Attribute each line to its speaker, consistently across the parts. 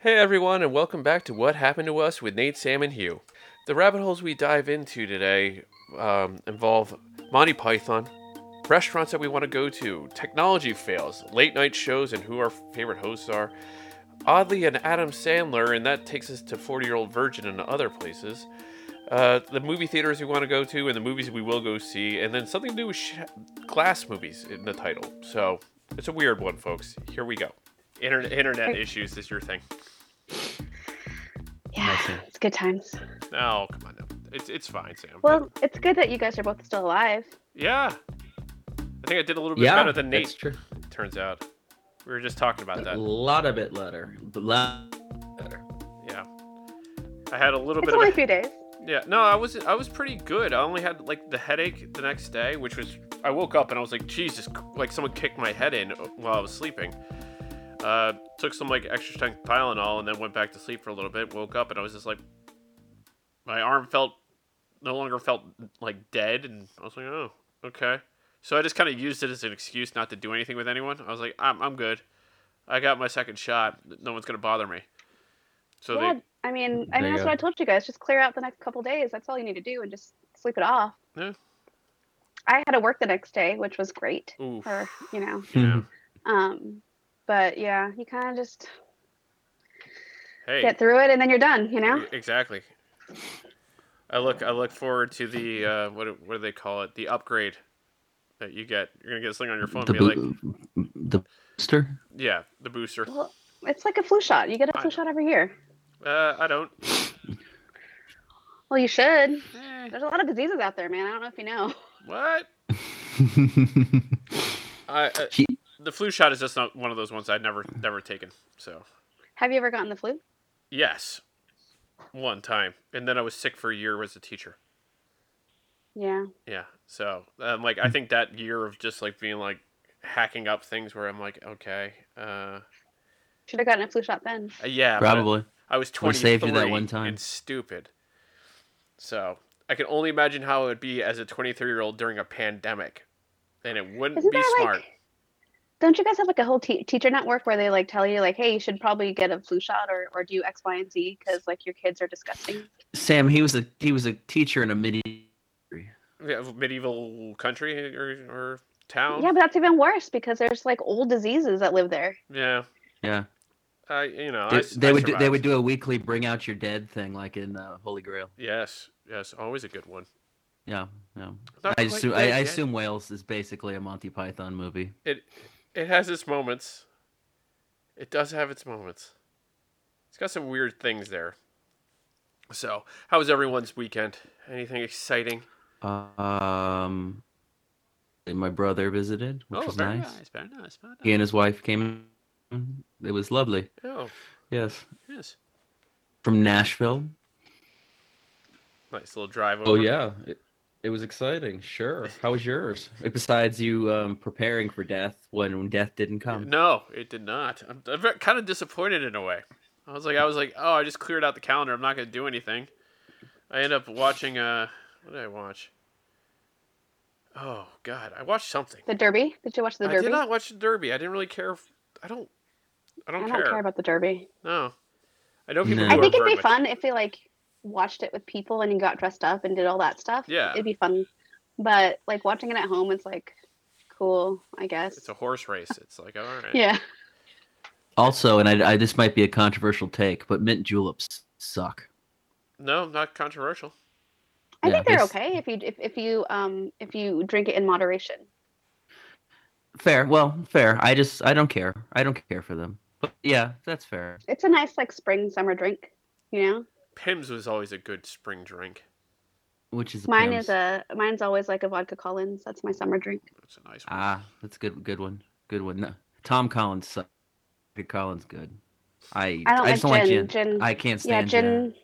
Speaker 1: Hey everyone, and welcome back to What Happened to Us with Nate, Sam, and Hugh. The rabbit holes we dive into today um, involve Monty Python, restaurants that we want to go to, technology fails, late night shows, and who our favorite hosts are. Oddly, an Adam Sandler, and that takes us to 40 Year Old Virgin and other places. Uh, the movie theaters we want to go to, and the movies we will go see, and then something to do with sh- glass movies in the title. So it's a weird one, folks. Here we go. Internet, internet issues is your thing.
Speaker 2: Yeah,
Speaker 3: Nothing.
Speaker 2: it's good times.
Speaker 1: No, Oh, come on. No. It's, it's fine, Sam.
Speaker 2: Well, it's good that you guys are both still alive.
Speaker 1: yeah. I think I did a little bit
Speaker 3: Yeah,
Speaker 1: better than
Speaker 3: that's
Speaker 1: Nate,
Speaker 3: true.
Speaker 1: turns out. We were just talking about
Speaker 3: A
Speaker 1: that.
Speaker 3: lot of it letter. letter.
Speaker 1: Yeah. I had a little
Speaker 2: It's
Speaker 1: bit of
Speaker 2: only
Speaker 1: a
Speaker 2: a few days.
Speaker 1: Yeah, no, I was I was pretty good. I only had like the headache the next day, which was I woke up and I was like, Jesus, like someone kicked my head in while I was sleeping. Uh, took some like extra strength Tylenol and then went back to sleep for a little bit. Woke up and I was just like, my arm felt no longer felt like dead, and I was like, oh, okay. So I just kind of used it as an excuse not to do anything with anyone. I was like, I'm I'm good. I got my second shot. No one's gonna bother me. So
Speaker 2: yeah,
Speaker 1: they,
Speaker 2: I mean, I
Speaker 3: There
Speaker 2: mean,
Speaker 3: you
Speaker 2: that's
Speaker 3: go.
Speaker 2: what I told you guys. Just clear out the next couple days. That's all you need to do, and just sleep it off.
Speaker 1: Yeah.
Speaker 2: I had to work the next day, which was great.
Speaker 1: oof,
Speaker 2: Or you know,
Speaker 3: Hmm.
Speaker 1: yeah.
Speaker 2: um, but yeah, you kind of just
Speaker 1: Hey,
Speaker 2: get through it, and then you're done. You know.
Speaker 1: E- Exactly. I look I look forward to the uh, what do- what do they call it? The upgrade that you get. You're gonna get something on your phone.
Speaker 3: The,
Speaker 1: and be like,
Speaker 3: bo- the booster?
Speaker 1: yeah, the booster.
Speaker 2: Well, it's like a flu shot. You get a
Speaker 1: I
Speaker 2: flu
Speaker 1: know.
Speaker 2: shot every year.
Speaker 1: Uh, I don't.
Speaker 2: Well, you should.
Speaker 1: Eh,
Speaker 2: There's a lot of diseases out there, man. I don't know if you know.
Speaker 1: what? I, uh,
Speaker 3: He-
Speaker 1: the flu shot is just not one of those ones I'd never never taken. So
Speaker 2: Have you ever gotten the flu?
Speaker 1: yes, one time, and then I was sick for a year as a teacher.
Speaker 2: Yeah.
Speaker 1: Yeah. So um, like I
Speaker 3: Mm.
Speaker 1: think that year of just like being like hacking up things where I'm like, okay, uh,
Speaker 2: Should have gotten a flu shot then.
Speaker 1: yeah, but-
Speaker 3: Probably.
Speaker 1: I was
Speaker 3: Would've
Speaker 1: 23
Speaker 3: saved you that one time.
Speaker 1: and stupid. So I can only imagine how it would be as a 23 year old during a pandemic, and it wouldn't
Speaker 2: Isn't
Speaker 1: be
Speaker 2: that
Speaker 1: smart.
Speaker 2: like? Don't you guys have like a whole te- teacher network where they like tell you like, hey, you should probably get a flu shot or or do X, Y, and Z because like your kids are disgusting.
Speaker 3: Sam, he was a he was a teacher in a midi.
Speaker 1: Yeah, medieval country or, or town.
Speaker 2: Yeah, but that's even worse because there's like old diseases that live there.
Speaker 1: Yeah.
Speaker 3: Yeah,
Speaker 1: I you know I
Speaker 3: they,
Speaker 1: s-
Speaker 3: they
Speaker 1: I
Speaker 3: would do, they
Speaker 1: survived.
Speaker 3: would do a weekly bring out your dead thing like in uh, Holy Grail.
Speaker 1: Yes, yes, always a good one.
Speaker 3: Yeah, yeah.
Speaker 1: Not
Speaker 3: I
Speaker 1: quite
Speaker 3: assume
Speaker 1: dead
Speaker 3: I, I
Speaker 1: yet.
Speaker 3: assume Wales is basically a Monty Python movie.
Speaker 1: it it has its moments. It does have its moments. It's got some weird things there. So, how was everyone's weekend? Anything exciting?
Speaker 3: Um, and my brother visited, which was
Speaker 1: Oh, very
Speaker 3: nice.
Speaker 1: Very nice. Very nice.
Speaker 3: He and his wife came. in. It was lovely.
Speaker 1: Oh,
Speaker 3: Yes,
Speaker 1: yes.
Speaker 3: from Nashville.
Speaker 1: Nice little drive over.
Speaker 3: Oh yeah, it, it was exciting. Sure. How was yours? Besides you um, preparing for death when, when death didn't come.
Speaker 1: No, it did not. I'm, I'm kind of disappointed in a way. I was like, I was like, oh, I just cleared out the calendar. I'm not gonna do anything. I end up watching. Uh, what did I watch? Oh God, I watched something.
Speaker 2: The Derby? Did you watch the
Speaker 1: I
Speaker 2: Derby?
Speaker 1: did not watch the Derby. I didn't really care. If, I don't. I don't,
Speaker 2: I don't care. about the Derby.
Speaker 1: No. I know people.
Speaker 3: No.
Speaker 1: who
Speaker 2: I
Speaker 1: are
Speaker 2: think it'd
Speaker 1: very
Speaker 2: be
Speaker 1: much-
Speaker 2: fun if we like watched it with people and you got dressed up and did all that stuff.
Speaker 1: Yeah.
Speaker 2: it'd be fun. But like watching it at home, it's like cool, I guess.
Speaker 1: It's a horse race. It's like all right.
Speaker 2: yeah.
Speaker 3: Also, and I, I this might be a controversial take, but mint juleps suck.
Speaker 1: No, not controversial.
Speaker 2: I
Speaker 3: Yeah,
Speaker 2: think they're
Speaker 3: this-
Speaker 2: okay if you if, if you um if you drink it in moderation.
Speaker 3: Fair. Well, fair. I just I don't care. I don't care for them. But yeah, that's fair.
Speaker 2: It's a nice like spring summer drink, you know.
Speaker 1: Pims was always a good spring drink.
Speaker 3: Which is
Speaker 2: Mine
Speaker 3: Pim's.
Speaker 2: is a mine's always like a vodka Collins. That's my summer drink.
Speaker 1: That's a nice one.
Speaker 3: ah. That's a good. Good one. Good one. No, Tom Collins. sucks. Good Collins. Good. I
Speaker 2: I don't
Speaker 3: I
Speaker 2: like
Speaker 3: just
Speaker 2: gin.
Speaker 3: don't
Speaker 2: gin.
Speaker 3: like gin. I can't
Speaker 2: yeah,
Speaker 3: stand
Speaker 2: gin.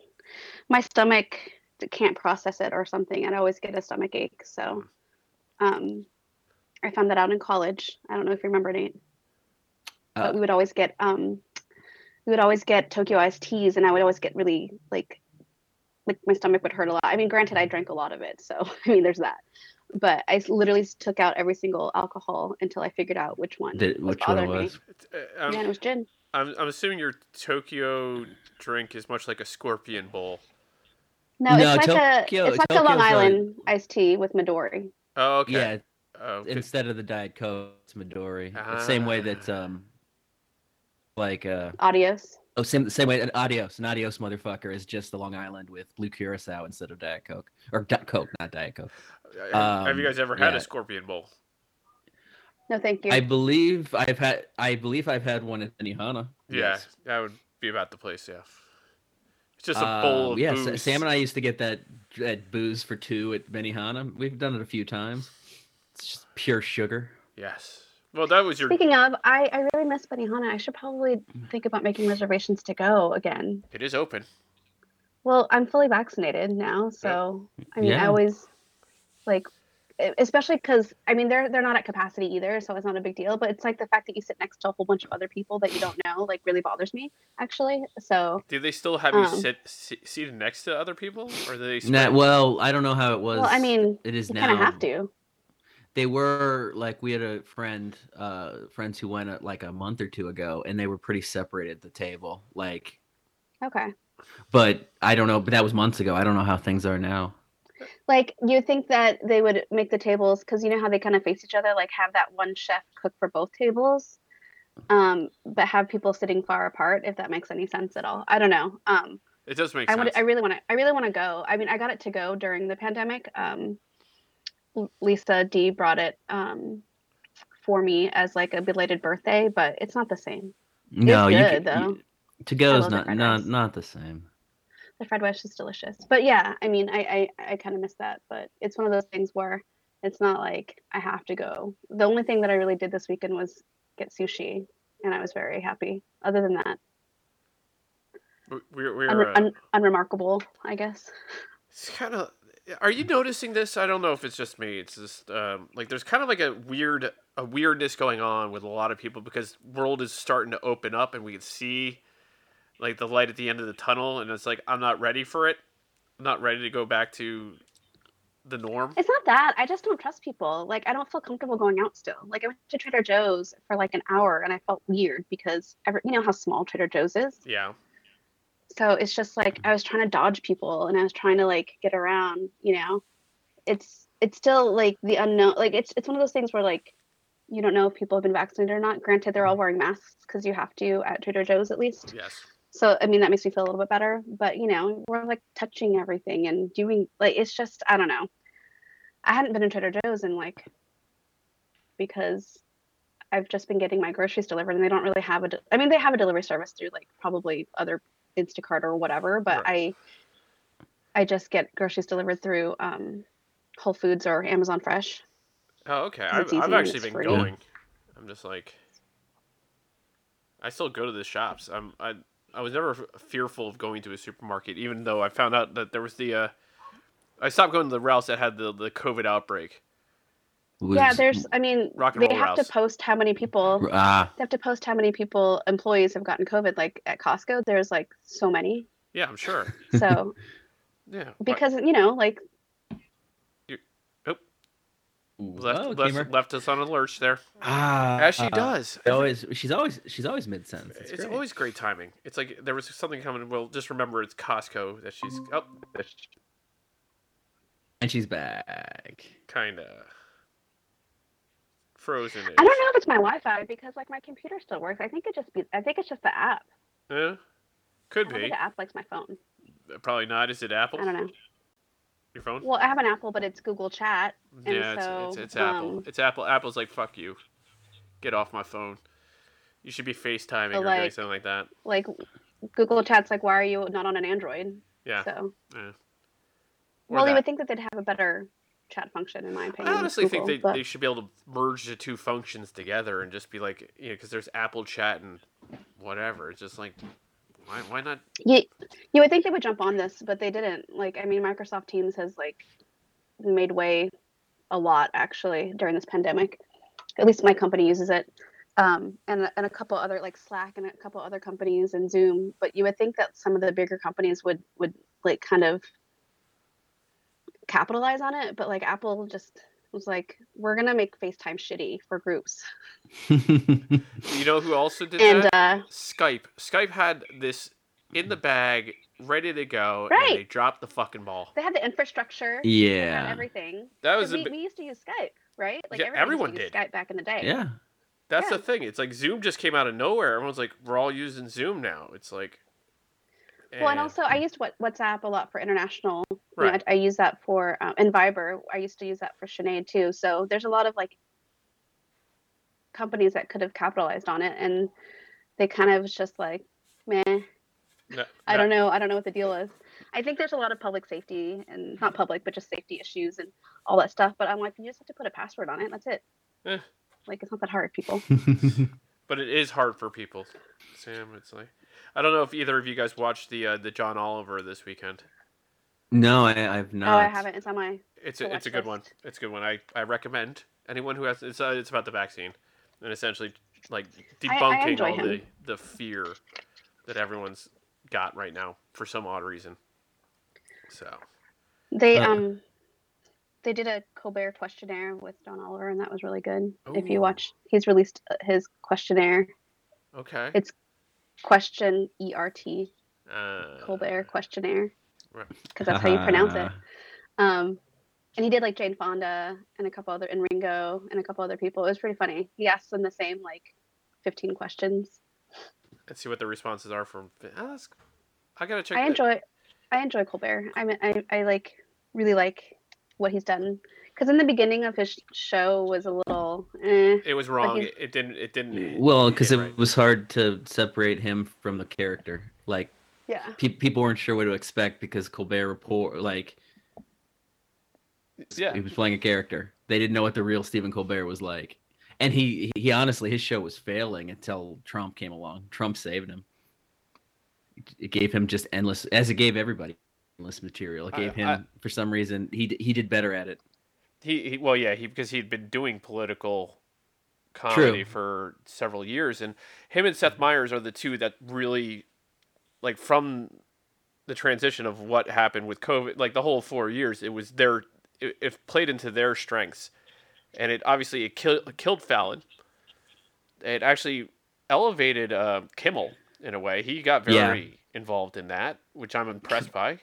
Speaker 2: My stomach d- can't process it or something. I'd always get a stomach ache. So, um, I found that out in college. I don't know if you remember Nate,
Speaker 3: Uh,
Speaker 2: but we would always get um, we would always get Tokyo iced teas, and I would always get really like, like my stomach would hurt a lot. I mean, granted, I drank a lot of it, so I mean, there's that. But I s- literally s- took out every single alcohol until I figured out which one.
Speaker 3: Did, which one
Speaker 2: bothered
Speaker 3: it
Speaker 2: me.
Speaker 3: was?
Speaker 1: It's, uh, um,
Speaker 2: Yeah, it was gin.
Speaker 1: I'm, I'm assuming your Tokyo drink is much like a scorpion bowl.
Speaker 2: No,
Speaker 3: No,
Speaker 2: it's like
Speaker 3: Tokyo-
Speaker 2: a it's like a Long
Speaker 3: Tokyo's a-
Speaker 2: Island iced tea with Midori.
Speaker 1: Oh, okay.
Speaker 3: Yeah,
Speaker 1: Oh, 'cause-
Speaker 3: instead of the Diet Coke, it's Midori. the same way that
Speaker 1: Ah.
Speaker 3: um, like uh,
Speaker 2: Adios.
Speaker 3: oh, same the same way an adios, an adios motherfucker is just the Long Island with blue curacao instead of Diet Coke or Di- Coke, not Diet Coke.
Speaker 1: Uh, have you
Speaker 3: um,
Speaker 1: guys ever had
Speaker 3: yeah.
Speaker 1: a scorpion bowl?
Speaker 2: No, thank you.
Speaker 3: I believe I've had I believe I've had one at Nihana.
Speaker 1: Yeah,
Speaker 3: Yes.
Speaker 1: that would be about the place. Yeah, it's just a bowl
Speaker 3: Um,
Speaker 1: of
Speaker 3: yeah, Sa-
Speaker 1: booze.
Speaker 3: Sam and I used to get that that booze for two at Benihana. We've done it a few times. It's just pure sugar.
Speaker 1: Yes. Well, that was your.
Speaker 2: Speaking of, I, I really miss Benihana. I should probably think about making reservations to go again.
Speaker 1: It is open.
Speaker 2: Well, I'm fully vaccinated now, so I mean,
Speaker 3: Uh, Yeah.
Speaker 2: I always like, e- especially because I mean they're they're not at capacity either, so it's not a big deal. But it's like the fact that you sit next to a whole bunch of other people that you don't know like really bothers me actually. So
Speaker 1: Do they still have you
Speaker 2: Um.
Speaker 1: sit se- seated next to other people, or do they?
Speaker 3: Nah,
Speaker 1: spread-
Speaker 3: well, I don't know how it was.
Speaker 2: well, I mean,
Speaker 3: it is
Speaker 2: you
Speaker 3: now.
Speaker 2: kind of have to.
Speaker 3: They were like we had a friend, uh, friends who went uh, like a month or two ago, and they were pretty separated at the table. Like,
Speaker 2: Okay.
Speaker 3: but I don't know. But that was months ago. I don't know how things are now.
Speaker 2: Like you think that they would make the tables because you know how they kind of face each other, like have that one chef cook for both tables, um, but have people sitting far apart. If that makes any sense at all, I don't know. Um,
Speaker 1: it does make
Speaker 2: I
Speaker 1: sense.
Speaker 2: want. I really want to. I really want to go. I mean, I got it to go during the pandemic. Um, L- Lisa D brought it um, for me as like a belated birthday, but it's not the same.
Speaker 3: No,
Speaker 2: it's
Speaker 3: you
Speaker 2: good
Speaker 3: ca- you-
Speaker 2: though.
Speaker 3: to go is
Speaker 2: love their
Speaker 3: not
Speaker 2: fried
Speaker 3: not
Speaker 2: rice.
Speaker 3: not the same.
Speaker 2: The fried rice is delicious. But yeah, I mean, I I, I kind of miss that. But it's one of those things where it's not like I have to go. The only thing that I really did this weekend was get sushi, and I was very happy. Other than that,
Speaker 1: We- We're, we're,
Speaker 2: unre-
Speaker 1: uh,
Speaker 2: un- unremarkable, I guess.
Speaker 1: It's kind of. Are you noticing this? I don't know if it's just me. It's just um, like there's kind of like a weird a weirdness going on with a lot of people because world is starting to open up and we can see like the light at the end of the tunnel and it's like I'm not ready for it. I'm not ready to go back to the norm.
Speaker 2: It's not that. I just don't trust people. Like I don't feel comfortable going out still. Like I went to Trader Joe's for like an hour and I felt weird because every, you know how small Trader Joe's is.
Speaker 1: Yeah.
Speaker 2: So it's just like I was trying to dodge people and I was trying to like get around, you know. It's it's still like the unknown like it's it's one of those things where like you don't know if people have been vaccinated or not. Granted they're all wearing masks cuz you have to at Trader Joe's at least.
Speaker 1: Yes.
Speaker 2: So I mean that makes me feel a little bit better, but you know, we're like touching everything and doing like it's just I don't know. I hadn't been in Trader Joe's in like because I've just been getting my groceries delivered and they don't really have a de- I mean they have a delivery service through like probably other Instacart or whatever, but I I just get groceries delivered through um Whole Foods or Amazon Fresh.
Speaker 1: Oh, okay.
Speaker 2: It's
Speaker 1: I've,
Speaker 2: easy
Speaker 1: I've
Speaker 2: and
Speaker 1: actually
Speaker 2: it's
Speaker 1: been
Speaker 2: free.
Speaker 1: going. I'm just like, I still go to the shops. I'm I I was never f- fearful of going to a supermarket, even though I found out that there was the. Uh, I stopped going to the routes that had the the COVID outbreak.
Speaker 2: Yeah,
Speaker 3: Was-
Speaker 2: there's I mean
Speaker 1: Rock and
Speaker 2: they
Speaker 1: Roll
Speaker 2: have
Speaker 1: House.
Speaker 2: to post how many people
Speaker 3: ah
Speaker 2: they have to post how many people employees have gotten covid like at costco there's like so many
Speaker 1: Yeah, I'm sure.
Speaker 2: so
Speaker 1: Yeah, but-
Speaker 2: because you know like
Speaker 1: left,
Speaker 3: Whoa,
Speaker 1: left-
Speaker 3: Gamer.
Speaker 1: left us on a lurch there,
Speaker 3: ah
Speaker 1: as she
Speaker 3: ah.
Speaker 1: does.
Speaker 3: She always she's always she's always mid sense.
Speaker 1: It's always great timing. It's like there was something coming. Well, just remember it's Costco that she's oh,
Speaker 3: and she's back.
Speaker 1: kind of frozen.
Speaker 2: i don't know if it's my wi-fi because like my computer still works i think it just be i think it's just the app
Speaker 1: know.
Speaker 2: i
Speaker 1: could
Speaker 2: don't think
Speaker 1: be.
Speaker 2: the app likes my phone
Speaker 1: Probably not. Is it Apple?
Speaker 2: i don't know
Speaker 1: Your phone?
Speaker 2: well i have an apple but it's google chat and
Speaker 1: yeah, it's, it's,
Speaker 2: so,
Speaker 1: it's Apple.
Speaker 2: um,
Speaker 1: it's Apple. Apple's like fuck you, get off my phone. You should be FaceTiming
Speaker 2: So,
Speaker 1: or doing
Speaker 2: like-
Speaker 1: something like that.
Speaker 2: like google chat's like why are you not on an android
Speaker 1: Yeah.
Speaker 2: so
Speaker 1: or
Speaker 2: well
Speaker 1: that.
Speaker 2: you would think that they'd have a better chat function in my opinion
Speaker 1: I
Speaker 2: with
Speaker 1: honestly
Speaker 2: Google,
Speaker 1: think they,
Speaker 2: but-
Speaker 1: they should be able to merge the two functions together and just be like, you know, because there's Apple Chat and whatever. It's just like, why, why not?
Speaker 2: you, you would think they would jump on this but they didn't like i mean microsoft teams has like made way a lot actually during this pandemic at least my company uses it um, and, and a couple other like slack and a couple other companies and zoom but you would think that some of the bigger companies would would like kind of capitalize on it but like apple just was like, we're gonna make FaceTime shitty for groups.
Speaker 1: You know who also did
Speaker 2: And
Speaker 1: that?
Speaker 2: uh,
Speaker 1: Skype. Skype had this in the bag, ready to go,
Speaker 2: Right.
Speaker 1: and they dropped the fucking ball.
Speaker 2: they had the infrastructure, they had
Speaker 3: yeah.
Speaker 2: everything.
Speaker 1: That
Speaker 2: 'Cause
Speaker 1: was a
Speaker 2: we,
Speaker 1: bi-
Speaker 2: we used to use Skype, right?
Speaker 1: Yeah,
Speaker 2: everybody used to
Speaker 1: everyone
Speaker 2: use
Speaker 1: did.
Speaker 2: Skype back in the day.
Speaker 3: Yeah.
Speaker 1: That's
Speaker 2: Yeah.
Speaker 1: the thing. It's like Zoom just came out of nowhere. Everyone's like, we're all using Zoom now. It's like. eh,
Speaker 2: Well, and also I used what WhatsApp a lot for international. You know,
Speaker 1: Right.
Speaker 2: I, I use that for um, and Viber. I used to use that for Sinead too. So there's a lot of like companies that could have capitalized on it, and they kind of was just like, meh.
Speaker 1: No,
Speaker 2: I
Speaker 1: no.
Speaker 2: don't know. I don't know what the deal is. I think there's a lot of public safety and not public, but just safety issues and all that stuff. But I'm like, you just have to put a password on it. That's it.
Speaker 1: Eh.
Speaker 2: Like it's not that hard, people.
Speaker 1: But it is hard for people. Sam, it's like. I don't know if either of you guys watched the uh, the John Oliver this weekend.
Speaker 3: no, I, I've not.
Speaker 2: Oh, I haven't. It's on my.
Speaker 1: It's
Speaker 2: to
Speaker 1: a, it's a
Speaker 2: watch
Speaker 1: good one.
Speaker 2: list.
Speaker 1: It's a good one. I, I recommend anyone who has it's uh, it's about the vaccine and essentially like
Speaker 2: I
Speaker 1: debunking
Speaker 2: enjoy
Speaker 1: all the,
Speaker 2: him.
Speaker 1: the fear that everyone's got right now for some odd reason. So
Speaker 2: They
Speaker 3: Uh.
Speaker 2: um, they did a Colbert questionnaire with John Oliver, and that was really good. If
Speaker 1: Ooh.
Speaker 2: you watch, he's released uh, his questionnaire
Speaker 1: okay.
Speaker 2: It's question ERT
Speaker 1: uh,
Speaker 2: Colbert questionnaire
Speaker 1: Right.
Speaker 2: because that's how you pronounce it. Um, and he did like Jane Fonda and a couple other and Ringo and a couple other people. It was pretty funny. He asked them the same like 15 questions.
Speaker 1: Let's see what the responses are from. Ah, that's, I gotta check.
Speaker 2: I
Speaker 1: the-
Speaker 2: enjoy I enjoy Colbert. I mean, I, I like really like what he's done because in the beginning of his show was a little eh.
Speaker 1: It was wrong.
Speaker 2: he's-
Speaker 1: It, it didn't. It didn't.
Speaker 3: Well, because
Speaker 1: hit
Speaker 3: it
Speaker 1: right.
Speaker 3: was hard to separate him from the character. Like
Speaker 2: yeah
Speaker 3: pe- people weren't sure what to expect because Colbert Report, like
Speaker 1: yeah.
Speaker 3: he was playing a character. They didn't know what the real Stephen Colbert was like. And he, he honestly, his show was failing until Trump came along. Trump saved him. It gave him just endless, as it gave everybody endless material. It
Speaker 1: I-
Speaker 3: gave him, for some reason, he d- he did better at it.
Speaker 1: He, he well yeah he because he'd been doing political comedy for several years and him and Seth Meyers are the two that really like from the transition of what happened with COVID like the whole 4 years it was their it, it played into their strengths and it obviously it kill, killed Fallon it actually elevated uh, Kimmel in a way he got
Speaker 3: Yeah.
Speaker 1: very involved in that which I'm impressed by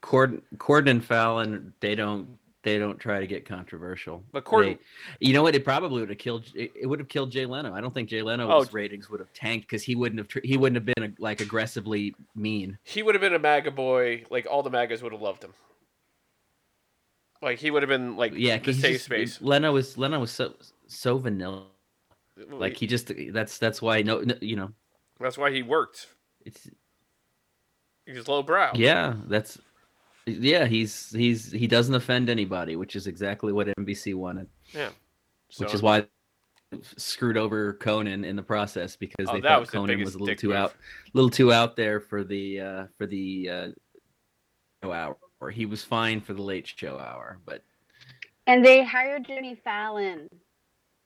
Speaker 3: Cord, Corden and Fallon, they don't they don't try to get controversial.
Speaker 1: But Corden-
Speaker 3: They- you know what? It probably would have killed. It, it would have killed Jay Leno. I don't think Jay Leno's
Speaker 1: Oh.
Speaker 3: ratings would have tanked because he wouldn't have tr- he wouldn't have been uh, like aggressively mean.
Speaker 1: he would have been a MAGA boy. Like all the MAGAs would have loved him. Like he would have been like
Speaker 3: Yeah,
Speaker 1: the
Speaker 3: he's
Speaker 1: safe
Speaker 3: just-
Speaker 1: space.
Speaker 3: Leno was Leno was so so vanilla. Like he just that's that's why no, no you know
Speaker 1: that's why he worked.
Speaker 3: it's
Speaker 1: He was lowbrow.
Speaker 3: yeah that's yeah he's he's he doesn't offend anybody, which is exactly what NBC wanted,
Speaker 1: So-
Speaker 3: which is why they screwed over Conan in the process because
Speaker 1: Oh,
Speaker 3: they
Speaker 1: that
Speaker 3: thought
Speaker 1: was the
Speaker 3: Conan
Speaker 1: biggest
Speaker 3: was a little
Speaker 1: dick
Speaker 3: too
Speaker 1: move.
Speaker 3: out little too out there for the uh for the uh show hour or he was fine for the late show hour but
Speaker 2: and they hired Jimmy Fallon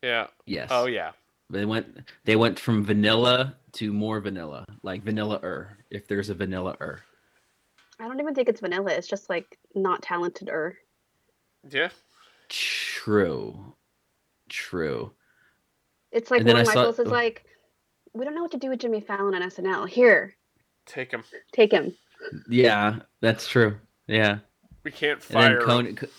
Speaker 1: Yeah.
Speaker 3: yes
Speaker 1: Oh yeah.
Speaker 3: they went they went from vanilla to more vanilla like vanilla er if there's a vanilla er
Speaker 2: I don't even think it's vanilla it's just like not talented or
Speaker 1: Yeah.
Speaker 3: true true
Speaker 2: It's like
Speaker 3: And then
Speaker 2: one of
Speaker 3: I saw- Oh.
Speaker 2: Michaels is like, we don't know what to do with Jimmy Fallon on SNL. Here,
Speaker 1: Take him.
Speaker 2: take him.
Speaker 3: yeah that's true yeah
Speaker 1: We can't
Speaker 3: and then
Speaker 1: fire. him.
Speaker 3: conan, conan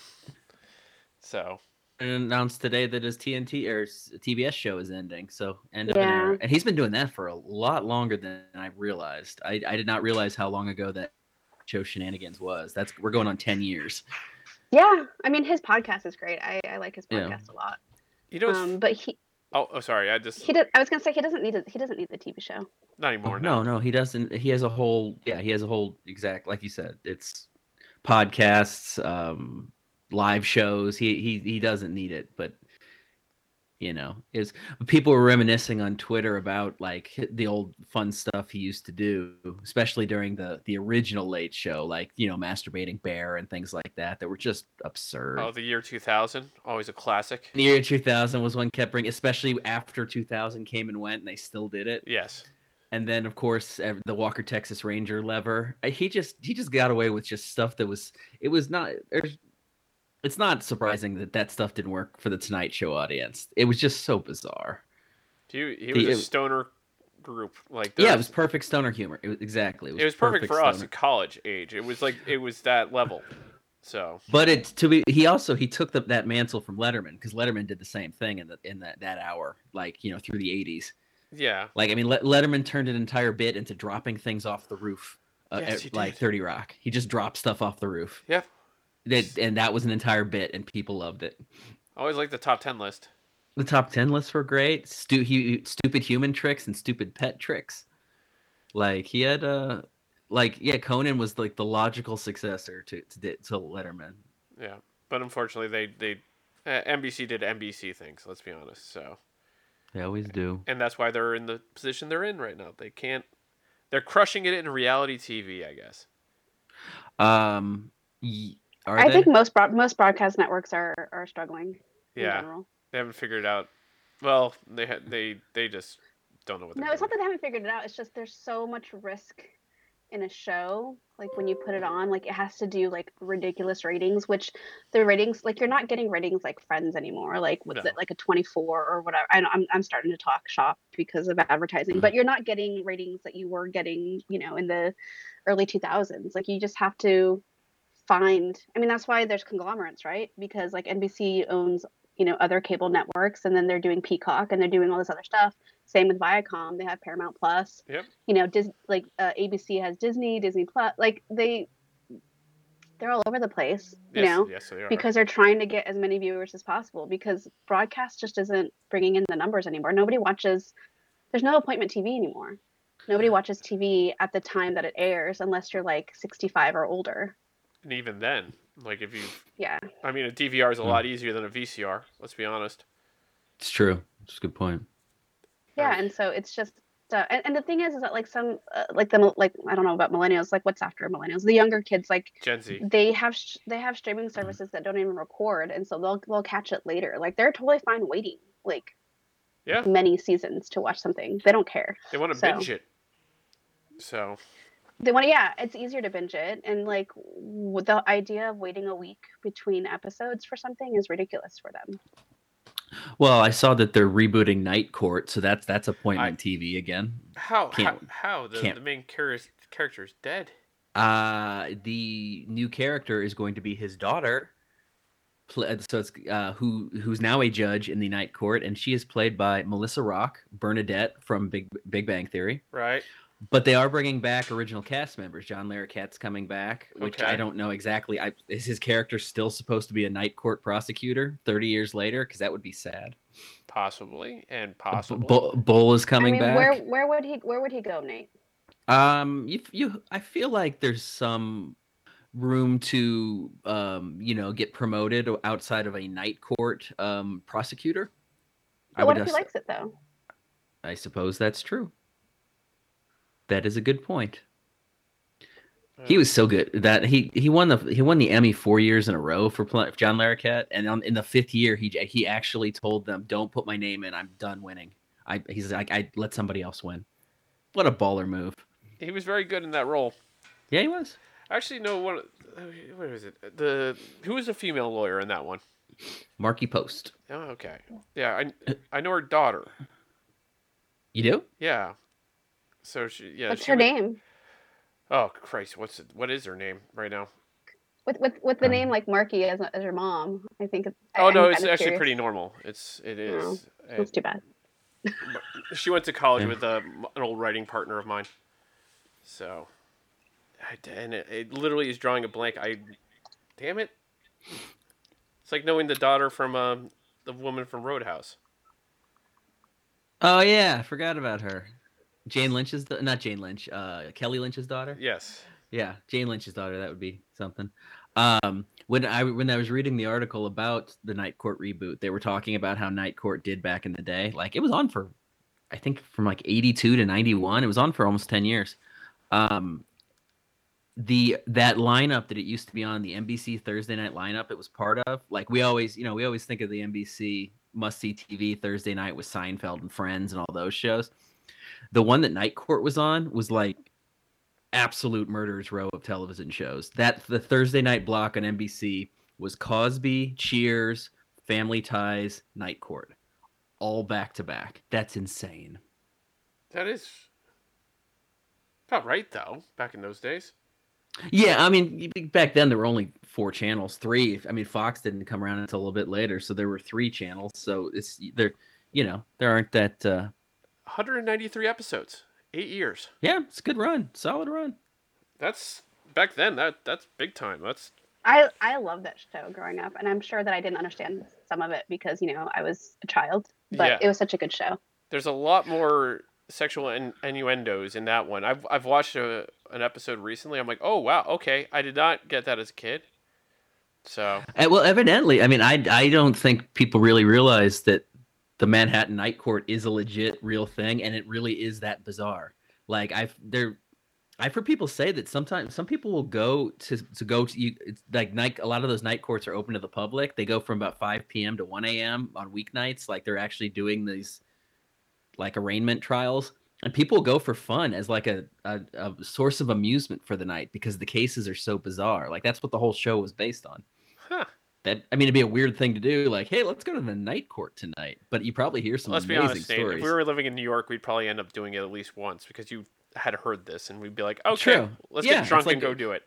Speaker 1: So
Speaker 3: announced today that his tnt or his tbs show is ending so end of an
Speaker 2: Yeah.
Speaker 3: era and he's been doing that for a lot longer than i realized i, I did not realize how long ago that show shenanigans was that's we're going on 10 years
Speaker 2: Yeah, I mean his podcast is great. I, I like his
Speaker 3: Yeah.
Speaker 2: podcast a lot.
Speaker 1: you know. it's-
Speaker 2: Um, but he
Speaker 1: oh, oh, sorry. I just
Speaker 2: he did. I was gonna say he doesn't need a, he doesn't need the TV show.
Speaker 1: not
Speaker 3: Oh,
Speaker 1: anymore.
Speaker 3: no, no, he doesn't. He has a whole, yeah, he has a whole exact, like you said, it's podcasts, um, live shows. He he he doesn't need it, but you know, is people were reminiscing on Twitter about like hi- the old fun stuff he used to do, especially during the the original Late Show, like you know, masturbating bear and things like that that were just absurd.
Speaker 1: Oh, the year 2000. Always a classic.
Speaker 3: the year 2000 was one kept bringing, especially after 2000 came and went, and they still did it
Speaker 1: Yes.
Speaker 3: and then of course ev- the Walker Texas Ranger lever. Uh, He just he just got away with just stuff that was it was not. There's it's not surprising that that stuff didn't work for the Tonight Show audience. It was just so bizarre.
Speaker 1: He, he was
Speaker 3: The-
Speaker 1: a stoner group. Like
Speaker 3: yeah,
Speaker 1: there
Speaker 3: it was perfect stoner humor. It was, exactly.
Speaker 1: it was perfect, for us
Speaker 3: stoner.
Speaker 1: at college age. It was like it was that level. So
Speaker 3: But it's to be he also he took the, that mantle from Letterman because Letterman did the same thing in the in that that hour like you know through the 80s.
Speaker 1: yeah,
Speaker 3: Like I mean Let, Letterman turned an entire bit into dropping things off the roof uh,
Speaker 1: Yes,
Speaker 3: at,
Speaker 1: he
Speaker 3: like
Speaker 1: did.
Speaker 3: 30 Rock. He just dropped stuff off the roof.
Speaker 1: Yep.
Speaker 3: That and that was an entire bit and people loved it.
Speaker 1: I always like the top ten list.
Speaker 3: The top 10 lists were great. Stu- he, stupid human tricks and stupid pet tricks. Like he had uh like yeah Conan was like the logical successor to to, to Letterman.
Speaker 1: Yeah, but unfortunately they they uh, NBC did NBC things. Let's be honest. So
Speaker 3: They always do.
Speaker 1: and that's why they're in the position they're in right now. They can't. They're crushing it in reality TV, I guess.
Speaker 3: Um, y- are
Speaker 2: I
Speaker 3: they?
Speaker 2: think most broad, most broadcast networks are are struggling. in
Speaker 1: Yeah,
Speaker 2: general.
Speaker 1: they haven't figured out. Well, they ha- they they just don't know what. They're
Speaker 2: No, it's
Speaker 1: doing.
Speaker 2: not that they haven't figured it out. It's just there's so much risk in a show. Like when you put it on, like it has to do like ridiculous ratings, which the ratings, like you're not getting ratings like Friends anymore. Like what's
Speaker 1: No.
Speaker 2: it, like a 24 or whatever. I, know- I'm I'm starting to talk shop because of advertising, but you're not getting ratings that you were getting, you know, in the early 2000s. Like you just have to find. I mean, that's why there's conglomerates, right? Because like NBC owns you know other cable networks and then they're doing peacock and they're doing all this other stuff same with viacom they have paramount plus
Speaker 1: Yep.
Speaker 2: you know Dis- like uh, abc has disney disney plus like they they're all over the place you
Speaker 1: yes,
Speaker 2: know
Speaker 1: yes, they are.
Speaker 2: because they're trying to get as many viewers as possible because broadcast just isn't bringing in the numbers anymore nobody watches there's no appointment tv anymore nobody watches tv at the time that it airs unless you're like 65 or older
Speaker 1: and even then, like if you,
Speaker 2: yeah
Speaker 1: I mean, a DVR is a
Speaker 3: Mm.
Speaker 1: lot easier than a VCR. Let's be honest.
Speaker 3: It's true. It's a good point.
Speaker 2: yeah
Speaker 1: Right.
Speaker 2: and so it's just uh, and, and the thing is is that like some uh, like the mil- like i don't know about millennials like what's after millennials the younger kids like
Speaker 1: Gen Z.
Speaker 2: they have sh- they have streaming
Speaker 1: Mm-hmm.
Speaker 2: services that don't even record and so they'll they'll catch it later like they're totally fine waiting like
Speaker 1: Yeah.
Speaker 2: many seasons to watch something they don't care
Speaker 1: They want to
Speaker 2: So-
Speaker 1: binge it. So
Speaker 2: they want to yeah it's easier to binge it and like w- the idea of waiting a week between episodes for something is ridiculous for them
Speaker 3: Well, I saw that they're rebooting Night Court, so that's that's appointment TV again.
Speaker 1: how how,
Speaker 3: Can't-
Speaker 1: how the,
Speaker 3: can't.
Speaker 1: the main character character is dead?
Speaker 3: Uh the new character is going to be his daughter. pla- So it's uh, who who's now a judge in the Night Court, and she is played by Melissa Rock Bernadette from Big Big Bang Theory.
Speaker 1: Right.
Speaker 3: But they are bringing back original cast members. John Larroquette's coming back, which
Speaker 1: Okay.
Speaker 3: I don't know exactly. I, is his character still supposed to be a Night Court prosecutor thirty years later? Because that would be sad.
Speaker 1: Possibly and
Speaker 3: B-
Speaker 1: possibly.
Speaker 3: Bull, Bull is coming
Speaker 2: i mean
Speaker 3: back.
Speaker 2: where where would he where would he go nate
Speaker 3: Um, you, you, I feel like there's some room to, um, you know, get promoted o- outside of a night court um, prosecutor.
Speaker 2: but what if he
Speaker 3: ass-
Speaker 2: likes it though
Speaker 3: I suppose that's true. That is a good point. He
Speaker 1: Yeah.
Speaker 3: was so good that he he won the he won the Emmy four years in a row for pl- John Larroquette, and on, in the fifth year he j- he actually told them, "Don't put my name in. I'm done winning." I he's like, "I let somebody else win." What a baller move!
Speaker 1: he was very good in that role.
Speaker 3: Yeah, he was.
Speaker 1: Actually, no. What? What was it? The who was a female lawyer in that one?
Speaker 3: Marky Post.
Speaker 1: Oh, okay. Yeah, I I know her daughter.
Speaker 3: You do?
Speaker 1: Yeah. So she yeah.
Speaker 2: what's
Speaker 1: she
Speaker 2: her
Speaker 1: was-
Speaker 2: name
Speaker 1: Oh Christ! What's it, what is her name right now?
Speaker 2: with with with the
Speaker 3: Um,
Speaker 2: name like Marky as as your mom. I think. It's, I-
Speaker 1: Oh no,
Speaker 2: I'm
Speaker 1: it's
Speaker 2: kind of
Speaker 1: actually
Speaker 2: curious.
Speaker 1: pretty normal. It's it
Speaker 2: Oh,
Speaker 1: is.
Speaker 2: That's too bad.
Speaker 1: And she went to college
Speaker 3: Yeah.
Speaker 1: with a, an old writing partner of mine. So, I d- and it, it literally is drawing a blank. I, damn it. It's like knowing the daughter from um, the woman from Roadhouse.
Speaker 3: Oh yeah, I forgot about her. Jane Lynch's da- not Jane Lynch, uh, Kelly Lynch's daughter.
Speaker 1: Yes.
Speaker 3: Yeah, Jane Lynch's daughter. That would be something. Um, when I when I was reading the article about the Night Court reboot, they were talking about how Night Court did back in the day. Like it was on for, I think from like eighty two to ninety one. It was on for almost ten years. Um, the that lineup that it used to be on the NBC Thursday night lineup it was part of. Like we always, you know, we always think of the NBC must see TV Thursday night with Seinfeld and Friends and all those shows. The one that Night Court was on was like absolute murderers row of television shows. That the Thursday night block on NBC was Cosby, Cheers, Family Ties, Night Court, all back to back. That's insane.
Speaker 1: That is about right though. Back in those days,
Speaker 3: Yeah, I mean, y- back then there were only four channels, three. I mean, Fox didn't come around until a little bit later, so there were three channels. So it's there, you know, there aren't that. uh
Speaker 1: 193 episodes, eight years.
Speaker 3: Yeah, it's a good run, solid run.
Speaker 1: That's back then. That that's big time. That's
Speaker 2: I I love that show growing up, and I'm sure that I didn't understand some of it because you know I was a child, but
Speaker 1: Yeah.
Speaker 2: it was such a good show.
Speaker 1: there's a lot more sexual in, innuendos in that one. I've I've watched a, an episode recently. I'm like, oh wow, okay, I did not get that as a kid. So
Speaker 3: Uh, well, evidently, I mean, I I don't think people really realize that the Manhattan Night Court is a legit real thing, and it really is that bizarre. Like I've there, I've heard people say that sometimes some people will go to to go to you it's like night. A lot of those night courts are open to the public. They go from about five p.m. to one a.m. on weeknights. Like they're actually doing these like arraignment trials. And people go for fun as like a, a, a source of amusement for the night because the cases are so bizarre. Like that's what the whole show was based on
Speaker 1: Huh.
Speaker 3: that I mean, it'd be a weird thing to do. Like, hey, let's go to the night court tonight. But you probably hear some
Speaker 1: let's be
Speaker 3: amazing
Speaker 1: honest, Nate,
Speaker 3: stories.
Speaker 1: if we were living in New York, we'd probably end up doing it at least once because you had heard this and we'd be like, okay,
Speaker 3: True.
Speaker 1: let's
Speaker 3: Yeah,
Speaker 1: get
Speaker 3: it's
Speaker 1: drunk
Speaker 3: like
Speaker 1: and go
Speaker 3: a-
Speaker 1: do it.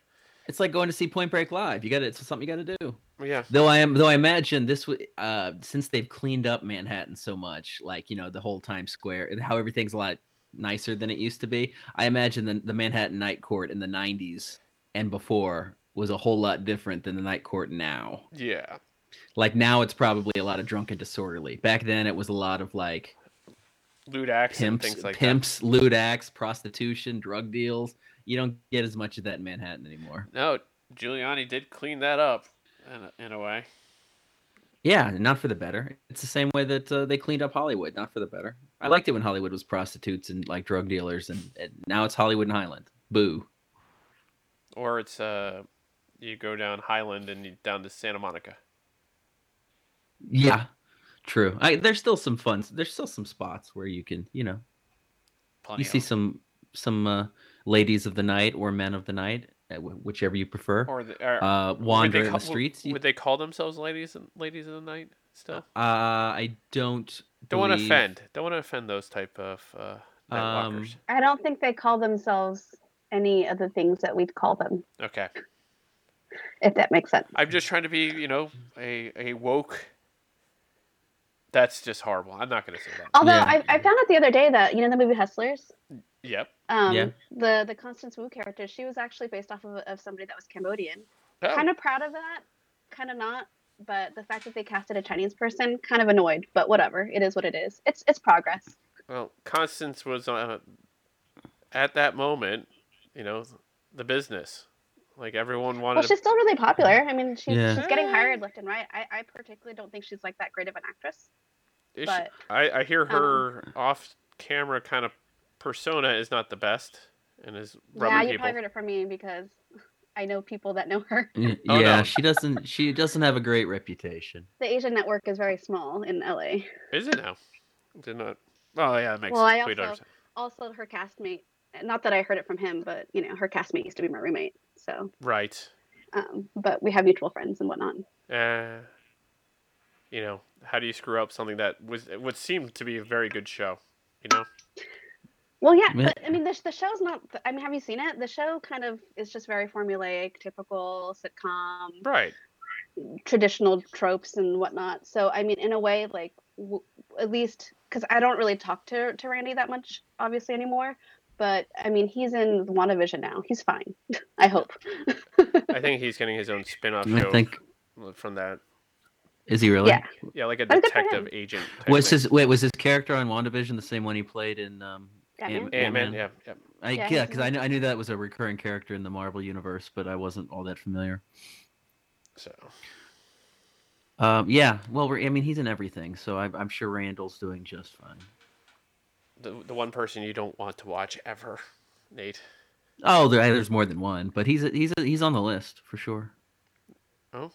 Speaker 3: It's like going to see Point Break live. You got to It's something you got to do.
Speaker 1: Yeah.
Speaker 3: Though I am, though I imagine this would, uh, since they've cleaned up Manhattan so much, like you know, the whole Times Square and how everything's a lot nicer than it used to be. I imagine the the Manhattan Night Court in the '90s and before was a whole lot different than the Night Court now.
Speaker 1: Yeah.
Speaker 3: Like now, it's probably a lot of drunk and disorderly. Back then, it was a lot of like
Speaker 1: Lewd acts and
Speaker 3: pimps,
Speaker 1: things like
Speaker 3: pimps, lewd acts, prostitution, drug deals. You don't get as much of that in Manhattan anymore.
Speaker 1: that. No, Giuliani did clean that up in, in a way.
Speaker 3: Yeah, not for the better. It's the same way that uh, they cleaned up Hollywood, not for the better. I liked it when Hollywood was prostitutes and like drug dealers, and, and now it's Hollywood and Highland. Boo.
Speaker 1: Or it's uh, you go down Highland and you down to Santa Monica.
Speaker 3: Yeah, true. I, there's still some fun. There's still some spots where you can, you know,
Speaker 1: Plenty
Speaker 3: you
Speaker 1: of
Speaker 3: see
Speaker 1: them.
Speaker 3: some some uh, ladies of the night or men of the night, uh, wh- whichever you prefer,
Speaker 1: or the, or
Speaker 3: uh,
Speaker 1: would they
Speaker 3: wander in
Speaker 1: ca-
Speaker 3: the
Speaker 1: would-
Speaker 3: streets. You-
Speaker 1: Would they call themselves ladies and ladies of the night still?
Speaker 3: uh, I don't.
Speaker 1: Don't want to
Speaker 3: believe-
Speaker 1: offend. Don't want to offend those type of uh, night
Speaker 3: Um,
Speaker 1: walkers.
Speaker 2: I don't think they call themselves any of the things that we'd call them,
Speaker 1: Okay,
Speaker 2: if that makes sense.
Speaker 1: I'm just trying to be, you know, a a woke. That's just horrible. I'm not gonna say that.
Speaker 2: Although
Speaker 3: Yeah.
Speaker 2: I, I found out the other day that you know the movie Hustlers,
Speaker 1: Yep.
Speaker 2: um,
Speaker 3: Yeah.
Speaker 2: the the Constance Wu character, she was actually based off of, of somebody that was Cambodian.
Speaker 1: Oh,
Speaker 2: Kind of proud of that, kind of not. But the fact that they casted a Chinese person, kind of annoyed. But whatever, it is what it is. It's it's progress.
Speaker 1: Oh, Well, Constance was uh, at that moment, you know, the business. Like everyone wanted.
Speaker 2: Well,
Speaker 1: to-
Speaker 2: she's still really popular. I mean, she's
Speaker 3: Yeah.
Speaker 2: she's getting hired left and right. I, I particularly don't think she's like that great of an actress.
Speaker 1: is she-
Speaker 2: But
Speaker 1: I, I
Speaker 2: Um.
Speaker 1: hear her off camera kind of persona is not the best and is rubbing
Speaker 2: yeah, you
Speaker 1: people.
Speaker 2: probably heard it from me because I know people that know her.
Speaker 3: Y-
Speaker 1: Oh,
Speaker 3: yeah,
Speaker 1: no.
Speaker 3: she doesn't. She doesn't have a great reputation.
Speaker 2: The Asian network is very small in LA.
Speaker 1: Is it now? Did not. Oh yeah, that makes
Speaker 2: Well, I
Speaker 1: complete
Speaker 2: also-
Speaker 1: sense.
Speaker 2: Also, her castmate. Not that I heard it from him, but you know, her castmate used to be my roommate. So,
Speaker 1: Right.
Speaker 2: um, but we have mutual friends and whatnot.
Speaker 1: Uh, you know, how do you screw up something that was what seemed to be a very good show? You know,
Speaker 2: Well, yeah,
Speaker 3: Yeah.
Speaker 2: but I mean, the the show's not. I mean, have you seen it? The show kind of is just very formulaic, typical sitcom.
Speaker 1: right?
Speaker 2: traditional tropes and whatnot. So I mean, in a way, like w- at least because I don't really talk to to Randy that much, obviously anymore. But I mean, he's in WandaVision now. He's fine. I hope.
Speaker 1: I think he's getting his own spin-off
Speaker 3: I
Speaker 1: show
Speaker 3: think
Speaker 1: from that.
Speaker 3: is he really?
Speaker 2: Yeah.
Speaker 1: Yeah, like a
Speaker 2: I'm good for
Speaker 1: detective
Speaker 2: him.
Speaker 1: agent. type
Speaker 3: Was
Speaker 1: thing.
Speaker 3: his wait? Was his character on WandaVision the same one he played in? Um,
Speaker 2: Ant-Man?
Speaker 3: Ant-
Speaker 1: Ant-Man, yeah, yeah.
Speaker 3: I,
Speaker 2: Yeah,
Speaker 3: yeah,
Speaker 2: he's
Speaker 3: because
Speaker 2: in
Speaker 3: I
Speaker 2: it.
Speaker 3: knew, I knew that was a recurring character in the Marvel universe, but I wasn't all that familiar.
Speaker 1: So
Speaker 3: Um, yeah, well, we're, I mean, he's in everything, so I'm, I'm sure Randall's doing just fine.
Speaker 1: the the one person you don't want to watch ever, Nate.
Speaker 3: Oh, there, there's more than one, but he's a, he's a, he's on the list for sure.
Speaker 1: Who's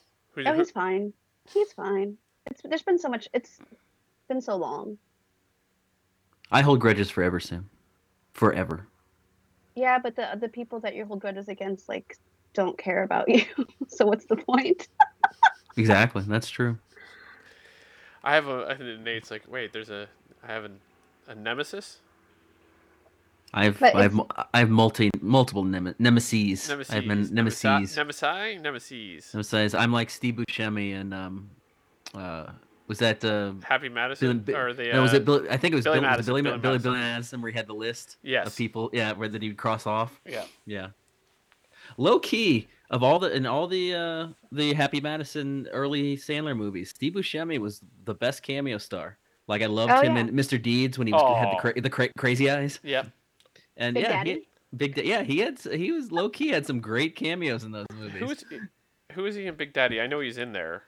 Speaker 2: Oh,
Speaker 1: who-
Speaker 2: he's fine. He's fine. It's there's been so much. It's been so long.
Speaker 3: I hold grudges forever, Sam. Forever.
Speaker 2: Yeah, but the the people that you hold grudges against, like, don't care about you. so what's the point?
Speaker 3: Exactly. That's true.
Speaker 1: I have a. I think Nate's like, wait, there's a. I have an, a nemesis.
Speaker 3: I've
Speaker 2: But
Speaker 3: I've mu- I have multi multiple neme- nemesis.
Speaker 1: Nemesis.
Speaker 3: I've been nemesis.
Speaker 1: Nemesi- Nemesi. Nemesis.
Speaker 3: Nemesis. I'm like Steve Buscemi and um, uh, was that uh,
Speaker 1: Happy Madison
Speaker 3: Bill-
Speaker 1: or the.
Speaker 3: no, was
Speaker 1: uh,
Speaker 3: it Bill, I think it was
Speaker 1: Billy
Speaker 3: Bill, was it
Speaker 1: Madison,
Speaker 3: Billy, Ma-
Speaker 1: Billy
Speaker 3: Billy,
Speaker 1: Madison.
Speaker 3: Billy Madison where he had the list
Speaker 1: Yes.
Speaker 3: of people. Yeah, where that he'd cross off.
Speaker 1: Yeah.
Speaker 3: Yeah. Low key of all the in all the uh the Happy Madison early Sandler movies, Steve Buscemi was the best cameo star. Like I loved
Speaker 2: Oh,
Speaker 3: him
Speaker 2: yeah.
Speaker 3: in Mr. Deeds when he was, had the
Speaker 1: Aw.
Speaker 3: cra- the cra- crazy eyes.
Speaker 1: Yep.
Speaker 3: And
Speaker 2: Big
Speaker 3: yeah,
Speaker 2: Daddy.
Speaker 3: He, Big Da- yeah, he had s- he was low key had some great cameos in those movies.
Speaker 1: Who is who is he in Big Daddy? I know he's in there.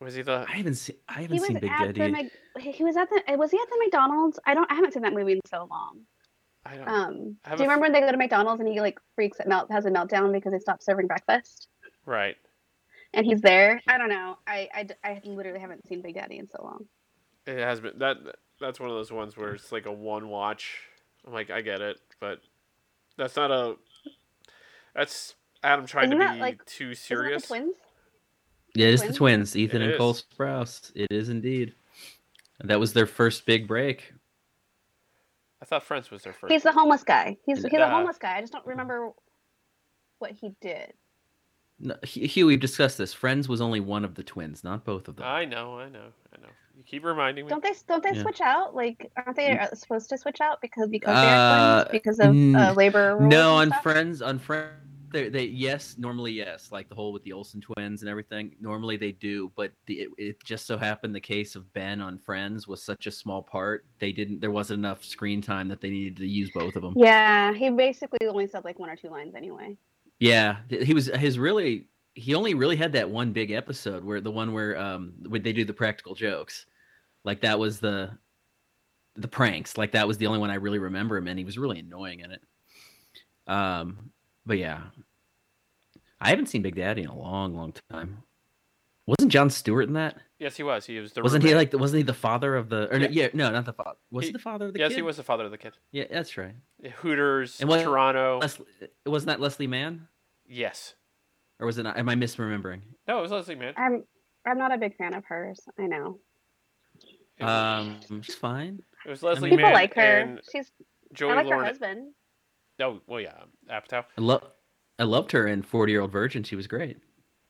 Speaker 1: Was he the?
Speaker 3: I haven't seen I haven't
Speaker 2: He was
Speaker 3: seen Big
Speaker 2: at
Speaker 3: Daddy.
Speaker 2: the Mc- he was at the was he at the McDonald's? I don't I haven't seen that movie in so long.
Speaker 1: I don't.
Speaker 2: Um,
Speaker 1: I have
Speaker 2: do you
Speaker 1: a f-
Speaker 2: remember when they go to McDonald's and he like freaks at melt has a meltdown because they stopped serving breakfast
Speaker 1: right.
Speaker 2: and he's there? I don't know. I, I d- I literally haven't seen Big Daddy in so long.
Speaker 1: It has been that. That's one of those ones where it's like a one watch. I'm like, I get it, but that's not a. That's Adam trying
Speaker 2: Isn't
Speaker 1: to
Speaker 2: that,
Speaker 1: be
Speaker 2: like-
Speaker 1: too
Speaker 2: Isn't that
Speaker 1: serious.
Speaker 2: The twins.
Speaker 3: Yeah, it is the
Speaker 2: Twins?
Speaker 3: twins, Ethan
Speaker 1: It
Speaker 3: and
Speaker 1: is.
Speaker 3: Cole Sprouse. It is indeed. That was their first big break.
Speaker 1: I thought Friends was their first.
Speaker 2: He's the homeless guy. He's he's
Speaker 1: Nah.
Speaker 2: a
Speaker 3: uh,
Speaker 2: homeless guy. I just don't remember what he did.
Speaker 3: No, Hu- Hugh, we've discussed this. Friends was only one of the twins, not both of them.
Speaker 1: I know, I know, I know. You keep reminding me.
Speaker 2: Don't they don't they
Speaker 3: Yeah.
Speaker 2: switch out? Like aren't they
Speaker 3: Hmm.
Speaker 2: uh, supposed to switch out because because
Speaker 3: Uh,
Speaker 2: they're twins because of uh,
Speaker 3: n-
Speaker 2: labor rules?
Speaker 3: no,
Speaker 2: and
Speaker 3: on
Speaker 2: stuff?
Speaker 3: Friends, on Friends, they, they yes, normally yes, like the whole with the Olsen twins and everything. Normally they do, but the, it, it just so happened the case of Ben on Friends was such a small part. They didn't. There wasn't enough screen time that they needed to use both of them.
Speaker 2: Yeah, he basically only said like one or two lines anyway.
Speaker 3: Yeah, th- he was his really. He only really had that one big episode where the one where um when they do the practical jokes, like that was the the pranks. Like that was the only one I really remember him, and he was really annoying in it. Um, but yeah, I haven't seen Big Daddy in a long, long time. Wasn't John Stewart in that?
Speaker 1: Yes, he was. He was the.
Speaker 3: wasn't he
Speaker 1: roommate.
Speaker 3: like? the- Wasn't he the father of the? Or no, yeah, no, not the father. Was he,
Speaker 1: He-
Speaker 3: the father of the
Speaker 1: yes,
Speaker 3: kid?
Speaker 1: he was the father of the kid.
Speaker 3: Yeah, that's right.
Speaker 1: Hooters,
Speaker 3: And what-
Speaker 1: Toronto.
Speaker 3: Leslie, wasn't that Leslie Mann,
Speaker 1: Yes.
Speaker 3: or was it? Not, am I misremembering?
Speaker 1: No, it was Leslie Mann.
Speaker 2: I'm I'm not a big fan of hers. I know
Speaker 1: It was-
Speaker 3: Um, it's fine.
Speaker 1: it was Leslie
Speaker 3: mean-
Speaker 2: people
Speaker 1: Mann
Speaker 2: like her.
Speaker 1: and
Speaker 2: She's
Speaker 1: Joey
Speaker 2: I like her
Speaker 1: Lauren.
Speaker 2: husband.
Speaker 1: No, well, yeah, Apatow.
Speaker 3: I love I loved her in 40 Year Old Virgin. She was great.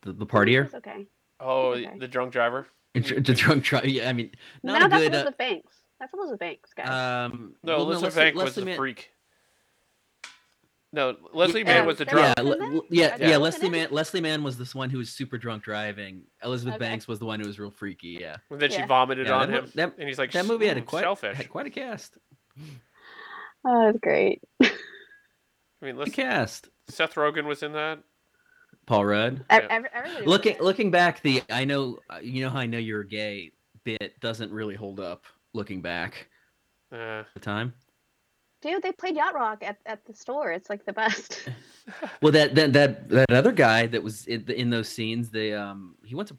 Speaker 3: The, the
Speaker 2: Partier.
Speaker 3: partier.
Speaker 2: Okay.
Speaker 1: Oh,
Speaker 2: Okay.
Speaker 1: the drunk driver.
Speaker 3: the drunk driver. Yeah, I mean, not
Speaker 2: no,
Speaker 3: a
Speaker 2: that's
Speaker 3: good.
Speaker 2: Elizabeth Banks. That's Elizabeth Banks,
Speaker 3: uh,
Speaker 2: guys.
Speaker 3: um,
Speaker 1: No,
Speaker 3: well,
Speaker 1: Elizabeth
Speaker 3: Leslie-
Speaker 1: Banks was
Speaker 3: Leslie
Speaker 1: the
Speaker 3: Mann-
Speaker 1: freak. No, Leslie
Speaker 3: Yeah,
Speaker 1: Mann was the drunk.
Speaker 2: Sarah
Speaker 3: Yeah,
Speaker 2: Drunk.
Speaker 3: Le- Le- yeah,
Speaker 2: Drunk
Speaker 3: yeah.
Speaker 2: in it?
Speaker 3: Leslie Mann. Leslie Mann was this one who was super drunk driving. Elizabeth
Speaker 2: Okay.
Speaker 3: Banks was the one who was real freaky. Yeah,
Speaker 1: And then she
Speaker 2: Yeah.
Speaker 1: vomited
Speaker 3: Yeah,
Speaker 1: on
Speaker 3: that mo-
Speaker 1: him,
Speaker 3: that-
Speaker 1: and he's like,
Speaker 3: that movie had a
Speaker 1: "Mm,
Speaker 3: quite
Speaker 1: shellfish."
Speaker 3: had quite a cast.
Speaker 2: oh, that's great.
Speaker 1: I mean,
Speaker 3: Good
Speaker 1: let's,
Speaker 3: cast.
Speaker 1: Seth Rogen was in that.
Speaker 3: Paul Rudd.
Speaker 2: Ev-
Speaker 1: Yeah.
Speaker 2: ev- everybody was
Speaker 3: Looking
Speaker 2: in it.
Speaker 3: looking back, the I know uh, you know how I know you're gay bit doesn't really hold up. Looking back
Speaker 1: Uh,
Speaker 3: at the time.
Speaker 2: Dude, they played Yacht Rock at, at the store. It's like the best.
Speaker 3: Well, that that that that other guy that was in, the, in those scenes, they um he went to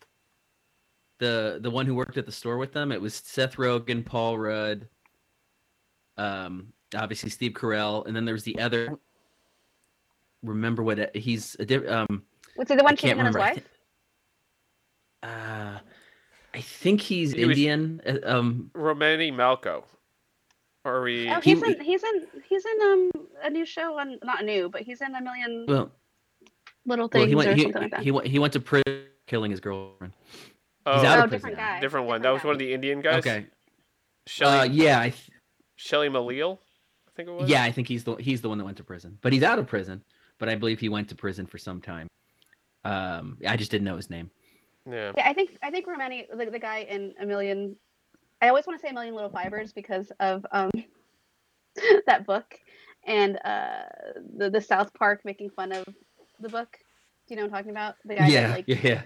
Speaker 3: the the one who worked at the store with them. It was Seth Rogen, Paul Rudd, um obviously Steve Carell, and then there was the other. Remember what it- he's a diff, um
Speaker 2: Was he the one
Speaker 3: I can't
Speaker 2: cheating on his
Speaker 3: remember. I
Speaker 2: wife?
Speaker 3: thi- uh, I think he's
Speaker 1: He was-
Speaker 3: Indian. uh, um,
Speaker 1: Romani Malco. Are we?
Speaker 2: Oh,
Speaker 3: He-
Speaker 2: he's in he's in he's in um a new show on not new, but he's in a million
Speaker 3: well,
Speaker 2: little
Speaker 3: well
Speaker 2: things
Speaker 3: he
Speaker 2: or
Speaker 3: went he,
Speaker 2: something like that.
Speaker 3: he went he went to prison killing his girlfriend.
Speaker 1: oh,
Speaker 3: he's out
Speaker 2: oh,
Speaker 3: of prison
Speaker 2: different
Speaker 3: now.
Speaker 2: guy.
Speaker 1: different one.
Speaker 2: different
Speaker 1: That was
Speaker 2: guy.
Speaker 1: one of the Indian guys.
Speaker 3: Okay,
Speaker 1: Shelly,
Speaker 3: uh, yeah, I. Th-
Speaker 1: Shelly Malil, I think it was.
Speaker 3: Yeah, I think he's the he's the one that went to prison, but he's out of prison. But I believe he went to prison for some time. Um, I just didn't know his name.
Speaker 1: Yeah.
Speaker 2: Yeah, I think I think Romani, the, the guy in a million. I always want to say a million little fibers because of um that book and uh the the South Park making fun of the book. Do you know what I'm talking about? The guy that like
Speaker 3: yeah.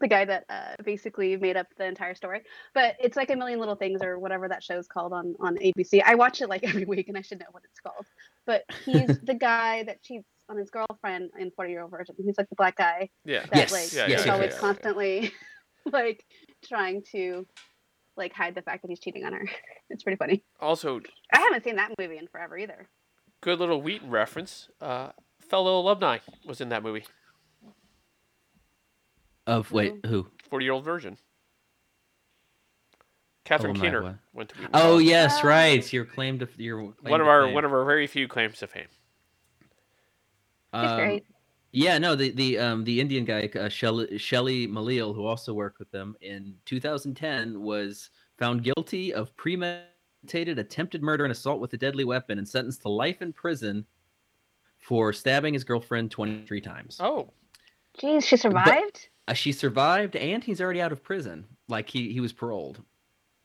Speaker 2: the guy that uh, basically made up the entire story. But it's like a million little things or whatever that show's called on on ABC. I watch it like every week and I should know what it's called. But he's the guy that cheats on his girlfriend in 40 year old version. He's like the black guy
Speaker 1: Yeah.
Speaker 2: that
Speaker 3: Yes,
Speaker 2: like
Speaker 1: yeah,
Speaker 2: is
Speaker 1: yeah,
Speaker 2: always
Speaker 1: yeah, yeah.
Speaker 2: constantly like trying to like hide the fact that he's cheating on her. It's pretty funny.
Speaker 1: Also,
Speaker 2: I haven't seen that movie in forever either.
Speaker 1: good little Wheaton reference. Uh, fellow alumni was in that movie.
Speaker 3: Of wait,
Speaker 2: Mm-hmm.
Speaker 3: who?
Speaker 1: Forty year old version. Catherine
Speaker 3: my
Speaker 1: Keener
Speaker 3: God.
Speaker 1: went to Wheaton
Speaker 3: Oh
Speaker 1: College.
Speaker 3: yes,
Speaker 2: uh,
Speaker 3: right. Your claim to your claim
Speaker 1: one of our one of our very few claims to fame.
Speaker 2: He's great.
Speaker 3: Um, Yeah, no, the the um the Indian guy uh, Shelly, Shelly Malil, who also worked with them in 2010, was found guilty of premeditated attempted murder and assault with a deadly weapon and sentenced to life in prison for stabbing his girlfriend 23 times.
Speaker 1: Oh,
Speaker 2: Jeez, she survived.
Speaker 3: Uh, she survived, and he's already out of prison. Like he he was paroled,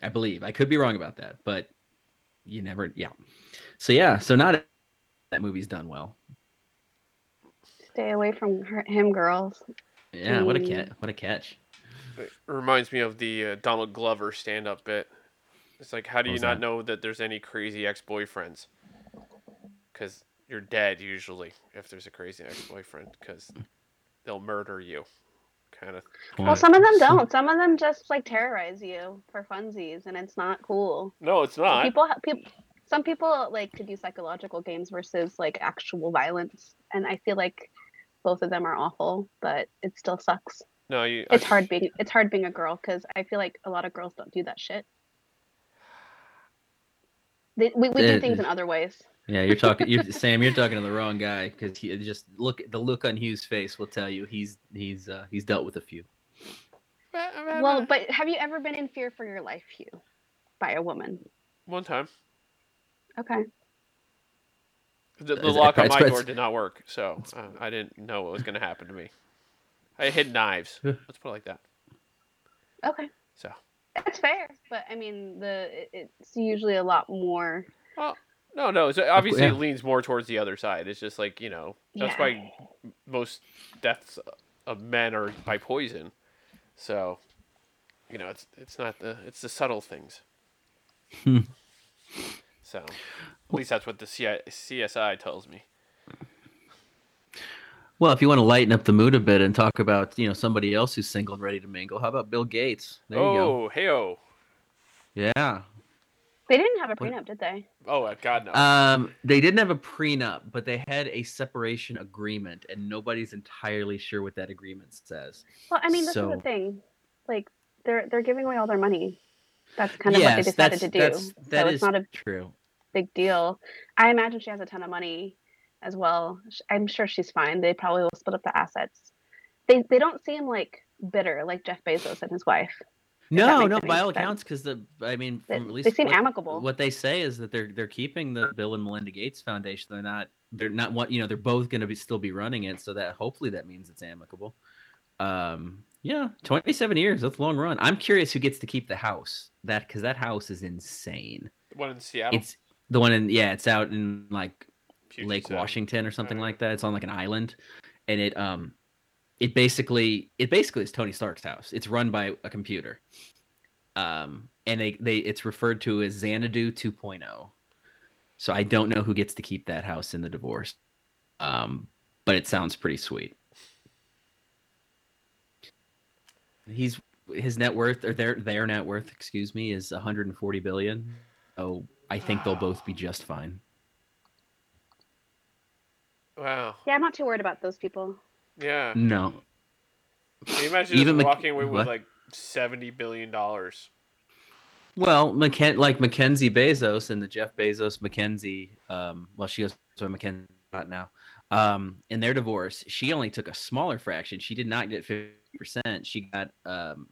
Speaker 3: I believe. I could be wrong about that, but you never. Yeah. So yeah, so not that movie's done well.
Speaker 2: Stay away from her, him, girls.
Speaker 3: Yeah, what a
Speaker 2: Mm.
Speaker 3: cat! What a catch!
Speaker 1: it reminds me of the uh, Donald Glover stand up bit. It's like, how do
Speaker 3: What
Speaker 1: you
Speaker 3: was
Speaker 1: not
Speaker 3: that?
Speaker 1: know that there's any crazy ex boyfriends? Because you're dead usually if there's a crazy ex boyfriend, because they'll murder you. Kind of.
Speaker 2: Well, some of them don't. Some of them just like terrorize you for funsies, and it's not cool.
Speaker 1: No, it's
Speaker 2: Some
Speaker 1: not.
Speaker 2: people, ha- people, some people like to do psychological games versus like actual violence, and I feel like both of them are awful, but it still sucks.
Speaker 1: no, you,
Speaker 2: It's hard being it's hard being a girl because I feel like a lot of girls don't do that shit. They, we we
Speaker 3: Uh,
Speaker 2: do things in other ways.
Speaker 3: Yeah, you're talking. You're Sam. You're talking to the wrong guy because he just look the look on Hugh's face will tell you he's he's uh, he's dealt with a few.
Speaker 2: Well, but have you ever been in fear for your life, Hugh, by a woman?
Speaker 1: one time,
Speaker 2: Okay.
Speaker 1: the, the
Speaker 3: It's-
Speaker 1: lock on
Speaker 3: it's-
Speaker 1: my
Speaker 3: it's-
Speaker 1: door did not work, so uh, I didn't know what was going to happen to me. I hid knives.
Speaker 3: Yeah.
Speaker 1: Let's put it like that.
Speaker 2: Okay.
Speaker 1: So.
Speaker 2: That's fair, but I mean, the it- it's usually a lot more.
Speaker 1: No, no. So obviously,
Speaker 3: yeah.
Speaker 1: it leans more towards the other side. It's just like you know, that's
Speaker 2: Yeah.
Speaker 1: why most deaths of men are by poison. So, you know, it's it's not the it's the subtle things.
Speaker 3: Hmm.
Speaker 1: so, at least that's what the CI, CSI tells me.
Speaker 3: Well, if you want to lighten up the mood a bit and talk about you know somebody else who's single and ready to mingle, how about Bill Gates? There you go.
Speaker 1: oh, hey oh,
Speaker 3: Yeah.
Speaker 2: They didn't have a
Speaker 3: What-
Speaker 2: prenup, did they?
Speaker 1: oh uh, God no.
Speaker 3: Um, they didn't have a prenup, but they had a separation agreement, and nobody's entirely sure what that agreement says.
Speaker 2: Well, I mean, this is
Speaker 3: so-
Speaker 2: the thing. Like, they're they're giving away all their money. That's kind of what
Speaker 3: Yes,
Speaker 2: they decided
Speaker 3: that's-
Speaker 2: to do.
Speaker 3: that's- that
Speaker 2: so
Speaker 3: is
Speaker 2: it's not a
Speaker 3: true.
Speaker 2: big deal. I imagine she has a ton of money as well. Sh- I'm sure she's fine. They probably will split up the assets. They they don't seem like bitter like Jeff Bezos and his wife.
Speaker 3: No,
Speaker 2: makes
Speaker 3: no,
Speaker 2: any
Speaker 3: by all
Speaker 2: sense.
Speaker 3: accounts, because the I mean,
Speaker 2: They,
Speaker 3: from at least
Speaker 2: they seem
Speaker 3: what-
Speaker 2: amicable.
Speaker 3: What they say is that they're they're keeping the Bill and Melinda Gates Foundation. They're not they're not what you know. They're both going to be still be running it, so that hopefully that means it's amicable. Um, yeah, twenty seven years. That's a long run. I'm curious who gets to keep the house that because that house is insane.
Speaker 1: The one in Seattle,
Speaker 3: It's the one in yeah, it's out in like
Speaker 1: Puget
Speaker 3: Lake
Speaker 1: Sound.
Speaker 3: Washington or something
Speaker 1: Uh-huh.
Speaker 3: like that. It's on like an island, and it um, it basically it basically is Tony Stark's house. It's run by a computer, um, and they they it's referred to as Xanadu 2.0. So I don't know who gets to keep that house in the divorce, um, but it sounds pretty sweet. He's his net worth or their their net worth, excuse me, is 140 billion. Oh, I think they'll both be just fine.
Speaker 1: Wow.
Speaker 2: yeah, I'm not too worried about those people.
Speaker 3: Oh.
Speaker 1: Yeah.
Speaker 3: No,
Speaker 1: Can you imagine
Speaker 3: Even
Speaker 1: just
Speaker 3: Mc-
Speaker 1: walking away with
Speaker 3: what?
Speaker 1: like seventy billion dollars?
Speaker 3: Well, McKen- like Mackenzie Bezos and the Jeff Bezos Mackenzie, um, well, she goes by Mackenzie not now. Um, in their divorce, she only took a smaller fraction. She did not get fifty percent. She got um,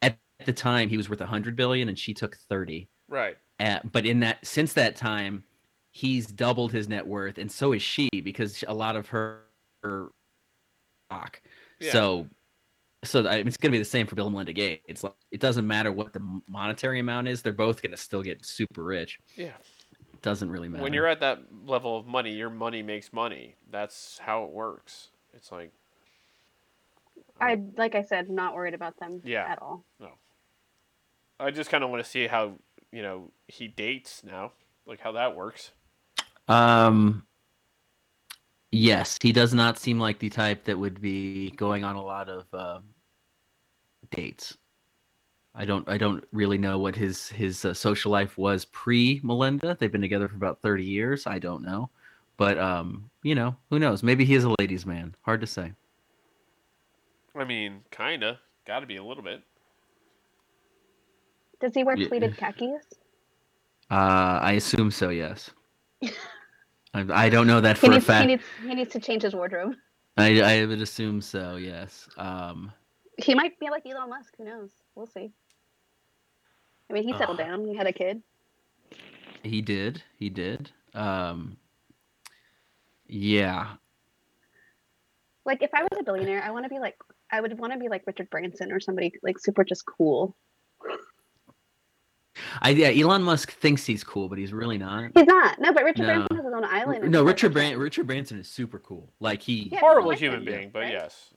Speaker 3: at the time he was worth a hundred billion, and she took thirty.
Speaker 1: Right.
Speaker 3: Uh, but in that since that time, he's doubled his net worth, and so is she because a lot of her, her stock.
Speaker 1: Yeah.
Speaker 3: So, so I, it's going to be the same for Bill and Melinda Gates. It's like it doesn't matter what the m- monetary amount is; they're both going to still get super rich.
Speaker 1: Yeah.
Speaker 3: It doesn't really matter.
Speaker 1: When you're at that level of money, your money makes money. That's how it works. It's like
Speaker 2: I like I said, not worried about them
Speaker 1: Yeah.
Speaker 2: at all.
Speaker 1: I just kind of want to see how you know he dates now, like how that works.
Speaker 3: um, yes, he does not seem like the type that would be going on a lot of uh, dates. I don't, I don't really know what his his uh, social life was pre Melinda. They've been together for about thirty years. I don't know, but um, you know, who knows? Maybe he is a ladies' man. Hard to say.
Speaker 1: I mean, kinda. Got to be a little bit.
Speaker 2: Does he wear
Speaker 3: Yeah.
Speaker 2: pleated khakis?
Speaker 3: Uh, I assume so. Yes. I, I don't know that
Speaker 2: He
Speaker 3: for a
Speaker 2: needs, he
Speaker 3: fact.
Speaker 2: needs he needs to change his wardrobe.
Speaker 3: I I would assume so. Yes. Um.
Speaker 2: He might be like Elon Musk. Who knows? We'll see. I mean, he settled
Speaker 3: Uh.
Speaker 2: down. He had a kid.
Speaker 3: He did. He did. Um. Yeah.
Speaker 2: Like, if I was a billionaire, I want to be like I would want to be like Richard Branson or somebody like super just cool.
Speaker 3: I yeah. Elon Musk thinks he's cool, but he's really not.
Speaker 2: He's not. No, but Richard
Speaker 3: No.
Speaker 2: Branson has his own island. and
Speaker 3: No,
Speaker 2: stuff
Speaker 3: Richard
Speaker 2: like
Speaker 3: Bran-
Speaker 2: that.
Speaker 3: Richard Branson is super cool. Like he.
Speaker 2: Yeah,
Speaker 1: Horrible
Speaker 2: like
Speaker 1: human
Speaker 2: him,
Speaker 1: being, but
Speaker 2: right?
Speaker 1: yes.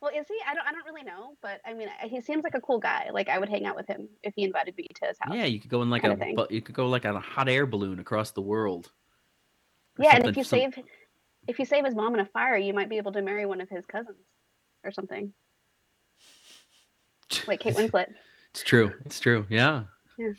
Speaker 2: Well, is he? I don't. I don't really know. But I mean, I- he seems like a cool guy. Like I would hang out with him if he invited me to his house.
Speaker 3: Yeah, you could go in like
Speaker 2: Kinda
Speaker 3: a
Speaker 2: thing.
Speaker 3: bu- you could go like on a hot air balloon across the world. Or
Speaker 2: Yeah, and if
Speaker 3: something-
Speaker 2: you
Speaker 3: some-
Speaker 2: save, if you save his mom in a fire, you might be able to marry one of his cousins, or something like Kate Winslet.
Speaker 3: It's true. It's true. Yeah.
Speaker 2: Yeah.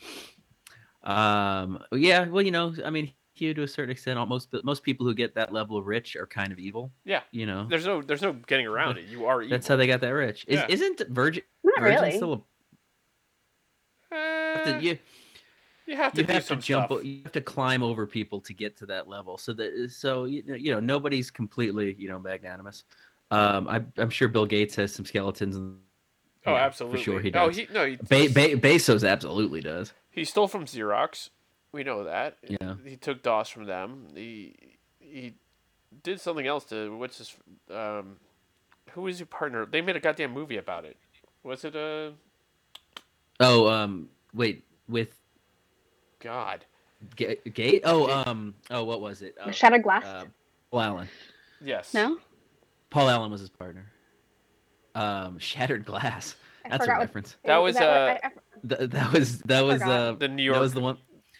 Speaker 3: Um. Yeah. Well, you know, I mean, you to a certain extent, almost but most people who get that level of rich are kind of evil.
Speaker 1: Yeah.
Speaker 3: You know,
Speaker 1: There's no there's no getting around it. You are evil.
Speaker 3: that's how they got that rich. Is,
Speaker 1: Yeah.
Speaker 3: Isn't Virgin?
Speaker 2: Not
Speaker 3: Virgin
Speaker 2: really.
Speaker 3: still a, you have
Speaker 1: Eh,
Speaker 3: to- you,
Speaker 1: you have to
Speaker 3: you
Speaker 1: do
Speaker 3: have to
Speaker 1: some
Speaker 3: jump.
Speaker 1: stuff. Oh,
Speaker 3: o- You have to climb over people to get to that level. So that so you know, you know nobody's completely you know magnanimous. Um, I, I'm sure Bill Gates has some skeletons. In,
Speaker 1: Oh,
Speaker 3: yeah,
Speaker 1: absolutely.
Speaker 3: For sure, he
Speaker 1: Oh,
Speaker 3: does.
Speaker 1: he no. He,
Speaker 3: Be- Be- Bezos absolutely does.
Speaker 1: he stole from Xerox. We know that.
Speaker 3: Yeah.
Speaker 1: He took DOS from them. He he did something else to what's his um, who is your partner? They made a goddamn movie about it. Was it uh, a
Speaker 3: Oh, um, wait, with
Speaker 1: God?
Speaker 3: Ga- Gate? Oh, um, oh, what was it? Uh,
Speaker 2: Shattered glass.
Speaker 3: uh, Paul Allen.
Speaker 1: Yes.
Speaker 2: no,
Speaker 3: Paul Allen was his partner. Um, Shattered Glass.
Speaker 2: I
Speaker 3: That's a
Speaker 2: forgot. what-
Speaker 3: reference.
Speaker 1: That
Speaker 2: is
Speaker 1: was,
Speaker 2: that what-
Speaker 3: Th- that was that was uh,
Speaker 2: forgot.
Speaker 1: The New
Speaker 3: that
Speaker 1: York
Speaker 3: was the one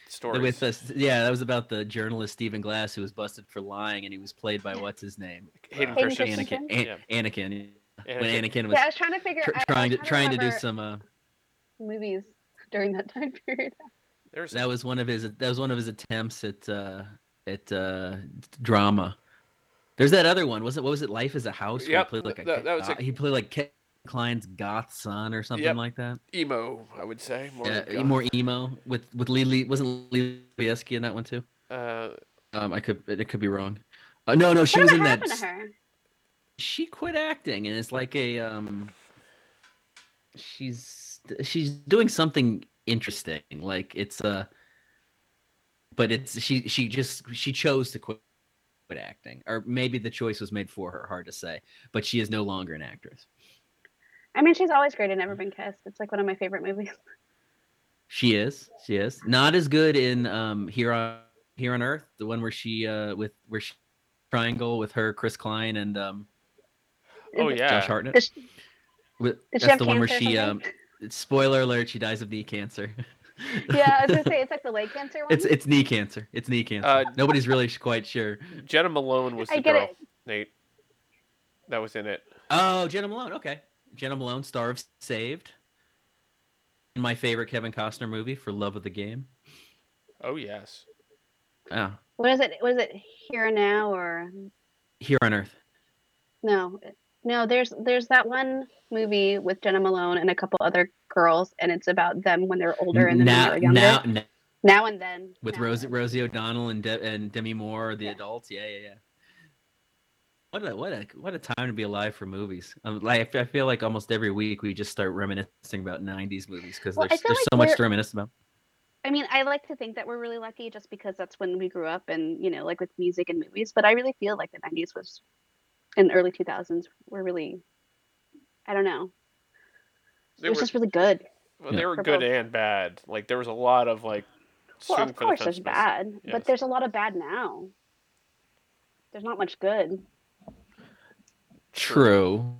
Speaker 1: story.
Speaker 3: with us. Yeah, that was about the journalist Stephen Glass who was busted for lying, and he was played by what's his name?
Speaker 1: Hayden
Speaker 3: uh,
Speaker 1: Christensen.
Speaker 2: Christensen.
Speaker 3: Anakin. An- Anakin.
Speaker 1: Anakin.
Speaker 3: When Anakin
Speaker 2: I, I,
Speaker 3: was
Speaker 2: yeah, I was trying to figure.
Speaker 3: tr-
Speaker 2: I- I was
Speaker 3: trying to trying to do
Speaker 2: remember
Speaker 3: some. Uh,
Speaker 2: movies during that time period.
Speaker 1: There's
Speaker 3: that was one of his. That was one of his attempts at uh, at uh, drama. There's that other one. Was it? What was it? Life is a House. where
Speaker 1: Yep,
Speaker 3: He played like a,
Speaker 1: that- that was a-
Speaker 3: uh, he played like Kevin Klein's goth son or something
Speaker 1: Yep.
Speaker 3: like that.
Speaker 1: emo, I would say. More uh,
Speaker 3: Yeah,
Speaker 1: than goth.
Speaker 3: more emo with with Lily. Wasn't Lily Wieski in that one too?
Speaker 1: Uh,
Speaker 3: Um, I could it could be wrong. Uh, no, no, she was
Speaker 2: Whatever
Speaker 3: in that.
Speaker 2: happened to her?
Speaker 3: She quit acting, and it's like a um. She's she's doing something interesting. Like it's uh But it's she she just she chose to quit quit acting, or maybe the choice was made for her. Hard to say, but she is no longer an actress.
Speaker 2: I mean, she's always great in Never Been Kissed. It's like one of my favorite movies.
Speaker 3: She is. She is not as good in um here on here on Earth, the one where she uh with where she triangle with her Chris Klein and um
Speaker 1: oh
Speaker 2: Is-
Speaker 1: yeah.
Speaker 3: Josh Hartnett.
Speaker 2: Does she,
Speaker 3: With-
Speaker 2: does she
Speaker 3: that's
Speaker 2: have
Speaker 3: the one where
Speaker 2: cancer or
Speaker 3: she um
Speaker 2: something?
Speaker 3: spoiler alert she dies of knee cancer.
Speaker 2: yeah, I was gonna say it's like the leg cancer one.
Speaker 3: it's it's knee cancer. It's knee cancer.
Speaker 1: Uh,
Speaker 3: Nobody's really sh- quite sure.
Speaker 1: Jenna Malone was the
Speaker 2: I get
Speaker 1: girl.
Speaker 2: it.
Speaker 1: Nate. That was in it.
Speaker 3: Oh, Jenna Malone. Okay, Jenna Malone, star of Saved. In my favorite Kevin Costner movie, For Love of the Game.
Speaker 1: Oh yes.
Speaker 3: Oh,
Speaker 2: What is it? Was it here now or
Speaker 3: Here on Earth.
Speaker 2: no? No, there's there's that one movie with Jenna Malone and a couple other girls, and it's about them when they're older and then when
Speaker 3: Now,
Speaker 2: they were younger.
Speaker 3: now,
Speaker 2: Now,
Speaker 3: now,
Speaker 2: and then
Speaker 3: with
Speaker 2: Now and
Speaker 3: Rosie
Speaker 2: Then.
Speaker 3: Rosie O'Donnell and De- and Demi Moore, the
Speaker 2: Yeah.
Speaker 3: adults. Yeah, yeah, yeah. What a what a what a time to be alive for movies. Um, like I feel like almost every week we just start reminiscing about '90s movies because
Speaker 2: Well, I
Speaker 3: there's
Speaker 2: feel
Speaker 3: there's
Speaker 2: like
Speaker 3: so much
Speaker 2: we're-
Speaker 3: to reminisce about.
Speaker 2: I mean, I like to think that we're really lucky just because that's when we grew up and, you know, like with music and movies. But I really feel like the 90s was, and early 2000s were really, I don't know,
Speaker 1: They
Speaker 2: it was
Speaker 1: were
Speaker 2: just really good.
Speaker 1: well,
Speaker 3: Yeah.
Speaker 1: they were
Speaker 2: For
Speaker 1: good
Speaker 2: both.
Speaker 1: and bad. Like there was a lot of like.
Speaker 2: Well,
Speaker 1: swing for
Speaker 2: of
Speaker 1: the
Speaker 2: course, there's
Speaker 1: fences.
Speaker 2: bad,
Speaker 1: Yes.
Speaker 2: but there's a lot of bad now. There's not much good.
Speaker 3: True.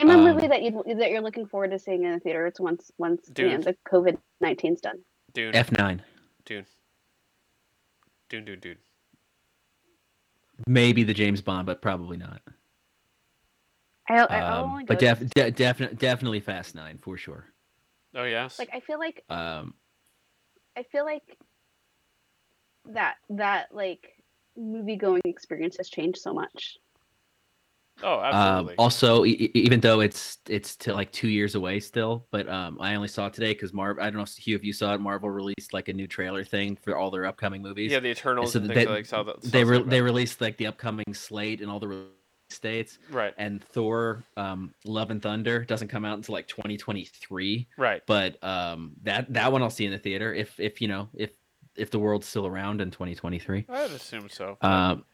Speaker 2: Name a
Speaker 3: Um,
Speaker 2: movie that you that you're looking forward to seeing in the theater. It's once once you know,
Speaker 1: Dude.
Speaker 2: the COVID 19's done.
Speaker 1: Dune.
Speaker 3: F9.
Speaker 1: Dune. Dune. Dune. Dune.
Speaker 3: Maybe the James Bond, but probably not.
Speaker 2: I, I oh I'll
Speaker 3: Um,
Speaker 2: only go
Speaker 3: but
Speaker 2: to-
Speaker 3: def- de- definitely definitely Fast Nine for sure.
Speaker 1: Oh yes.
Speaker 2: like I feel like
Speaker 3: Um,
Speaker 2: I feel like that that like movie going experience has changed so much.
Speaker 1: Oh,
Speaker 3: Um,
Speaker 1: absolutely.
Speaker 3: also, e- e- even though it's it's to like two years away still, but um, I only saw it today because Marv. I don't know, Hugh, if you saw it. Marvel released like a new trailer thing for all their upcoming movies.
Speaker 1: yeah, the Eternals
Speaker 3: so
Speaker 1: and
Speaker 3: that
Speaker 1: things
Speaker 3: they-
Speaker 1: like saw that.
Speaker 3: they re-
Speaker 1: were
Speaker 3: they released like the upcoming slate and all the release dates.
Speaker 1: right,
Speaker 3: And Thor: um, Love and Thunder doesn't come out until like 2023.
Speaker 1: right.
Speaker 3: But um, that that one I'll see in the theater if if you know if if the world's still around in 2023.
Speaker 1: I'd assume so.
Speaker 3: Um,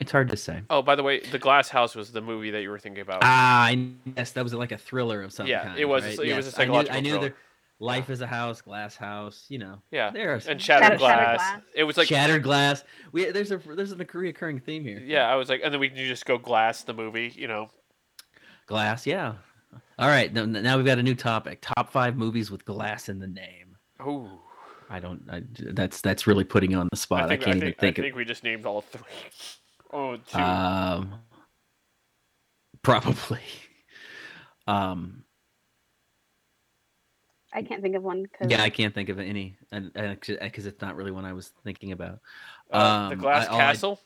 Speaker 3: it's hard to say.
Speaker 1: oh, by the way, The Glass House was the movie that you were thinking about.
Speaker 3: Ah, I yes, that was like a thriller of some
Speaker 1: Oh. Yeah,
Speaker 3: kind.
Speaker 1: it was a-
Speaker 3: Right?
Speaker 1: it was a
Speaker 3: Yes, I knew-
Speaker 1: psychological
Speaker 3: I knew,
Speaker 1: thriller.
Speaker 3: there- life is a house, glass house. You know,
Speaker 1: yeah,
Speaker 3: there are
Speaker 1: and Shattered,
Speaker 2: Shattered- Shattered
Speaker 1: Glass.
Speaker 2: Glass.
Speaker 1: It was like
Speaker 3: shattered glass. We there's a there's a recurring theme here.
Speaker 1: yeah, I was like, and then we can just go Glass the movie, you know?
Speaker 3: Glass, yeah. All right, now, now we've got a new topic: top five movies with glass in the name.
Speaker 1: Oh,
Speaker 3: I don't. I, that's that's really putting you on the spot. I,
Speaker 1: I think
Speaker 3: can't
Speaker 1: I think,
Speaker 3: even
Speaker 1: I
Speaker 3: think. of
Speaker 1: think we just named all three. Oh, two.
Speaker 3: Um, probably. Um,
Speaker 2: I can't think of one because
Speaker 3: yeah, I can't think of any, and because it's not really one I was thinking about.
Speaker 1: Uh, the
Speaker 3: um,
Speaker 1: Glass
Speaker 3: I- all I-
Speaker 1: Castle.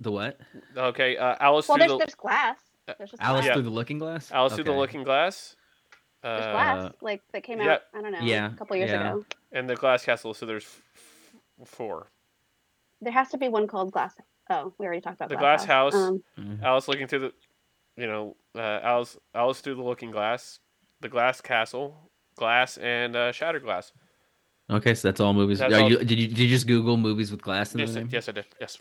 Speaker 3: The what?
Speaker 1: okay, uh, Alice
Speaker 2: well,
Speaker 1: through
Speaker 2: there's
Speaker 1: the
Speaker 2: there's glass. There's just
Speaker 3: Uh, Alice
Speaker 2: glass.
Speaker 3: through the Looking Glass.
Speaker 1: Alice through the
Speaker 3: Okay.
Speaker 1: Looking Glass. Uh,
Speaker 2: There's glass like that came out.
Speaker 1: yeah.
Speaker 2: I don't know.
Speaker 3: Uh, Yeah,
Speaker 2: a couple years
Speaker 3: yeah.
Speaker 2: ago.
Speaker 1: and the Glass Castle. So there's f- f- four.
Speaker 2: There has to be one called glass. Oh, we already talked about
Speaker 1: The Glass
Speaker 2: glass
Speaker 1: House.
Speaker 2: Um,
Speaker 3: Mm.
Speaker 1: Alice looking through the, you know, uh, Alice Alice through the Looking Glass, the Glass Castle, Glass and uh, Shattered Glass.
Speaker 3: Okay, so that's all movies.
Speaker 1: That's
Speaker 3: Are
Speaker 1: all-
Speaker 3: you, did you did you just Google movies with glass in
Speaker 1: Yes,
Speaker 3: the name?
Speaker 1: yes, I did. Yes.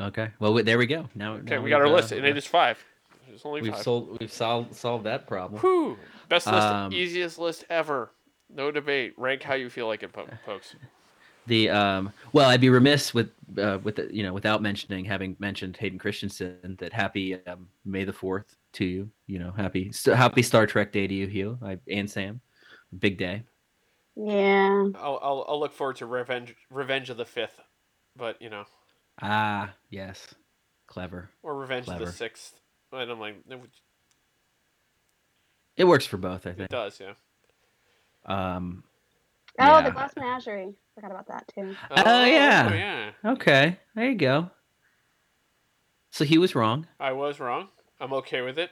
Speaker 3: Okay. Well, we, there we go. Now
Speaker 1: Okay,
Speaker 3: now
Speaker 1: we got our
Speaker 3: we've, uh,
Speaker 1: list, and it is five. It's only
Speaker 3: We've
Speaker 1: five.
Speaker 3: sold. We've solved solved that problem.
Speaker 1: Whew. Best list,
Speaker 3: Um,
Speaker 1: easiest list ever. No debate. Rank how you feel like it, po- folks.
Speaker 3: The um. Well, I'd be remiss with uh with the, you know without mentioning having mentioned Hayden Christensen that happy um, May the Fourth to you. You know, happy st- happy Star Trek Day to you, Hugh. I and Sam. Big day.
Speaker 2: yeah.
Speaker 1: I'll, I'll I'll look forward to revenge Revenge of the Fifth, but you know,
Speaker 3: Ah, yes. Clever.
Speaker 1: or Revenge of
Speaker 3: Clever.
Speaker 1: the Sixth. And I'm like, it, would-
Speaker 3: It works for both, I
Speaker 1: it
Speaker 3: think.
Speaker 1: does, yeah.
Speaker 3: Um.
Speaker 2: Oh,
Speaker 3: Yeah.
Speaker 2: the glass menagerie. Forgot about that too.
Speaker 3: Oh, yeah.
Speaker 1: Oh yeah.
Speaker 3: Okay. There you go. So he was wrong.
Speaker 1: I was wrong. I'm okay with it.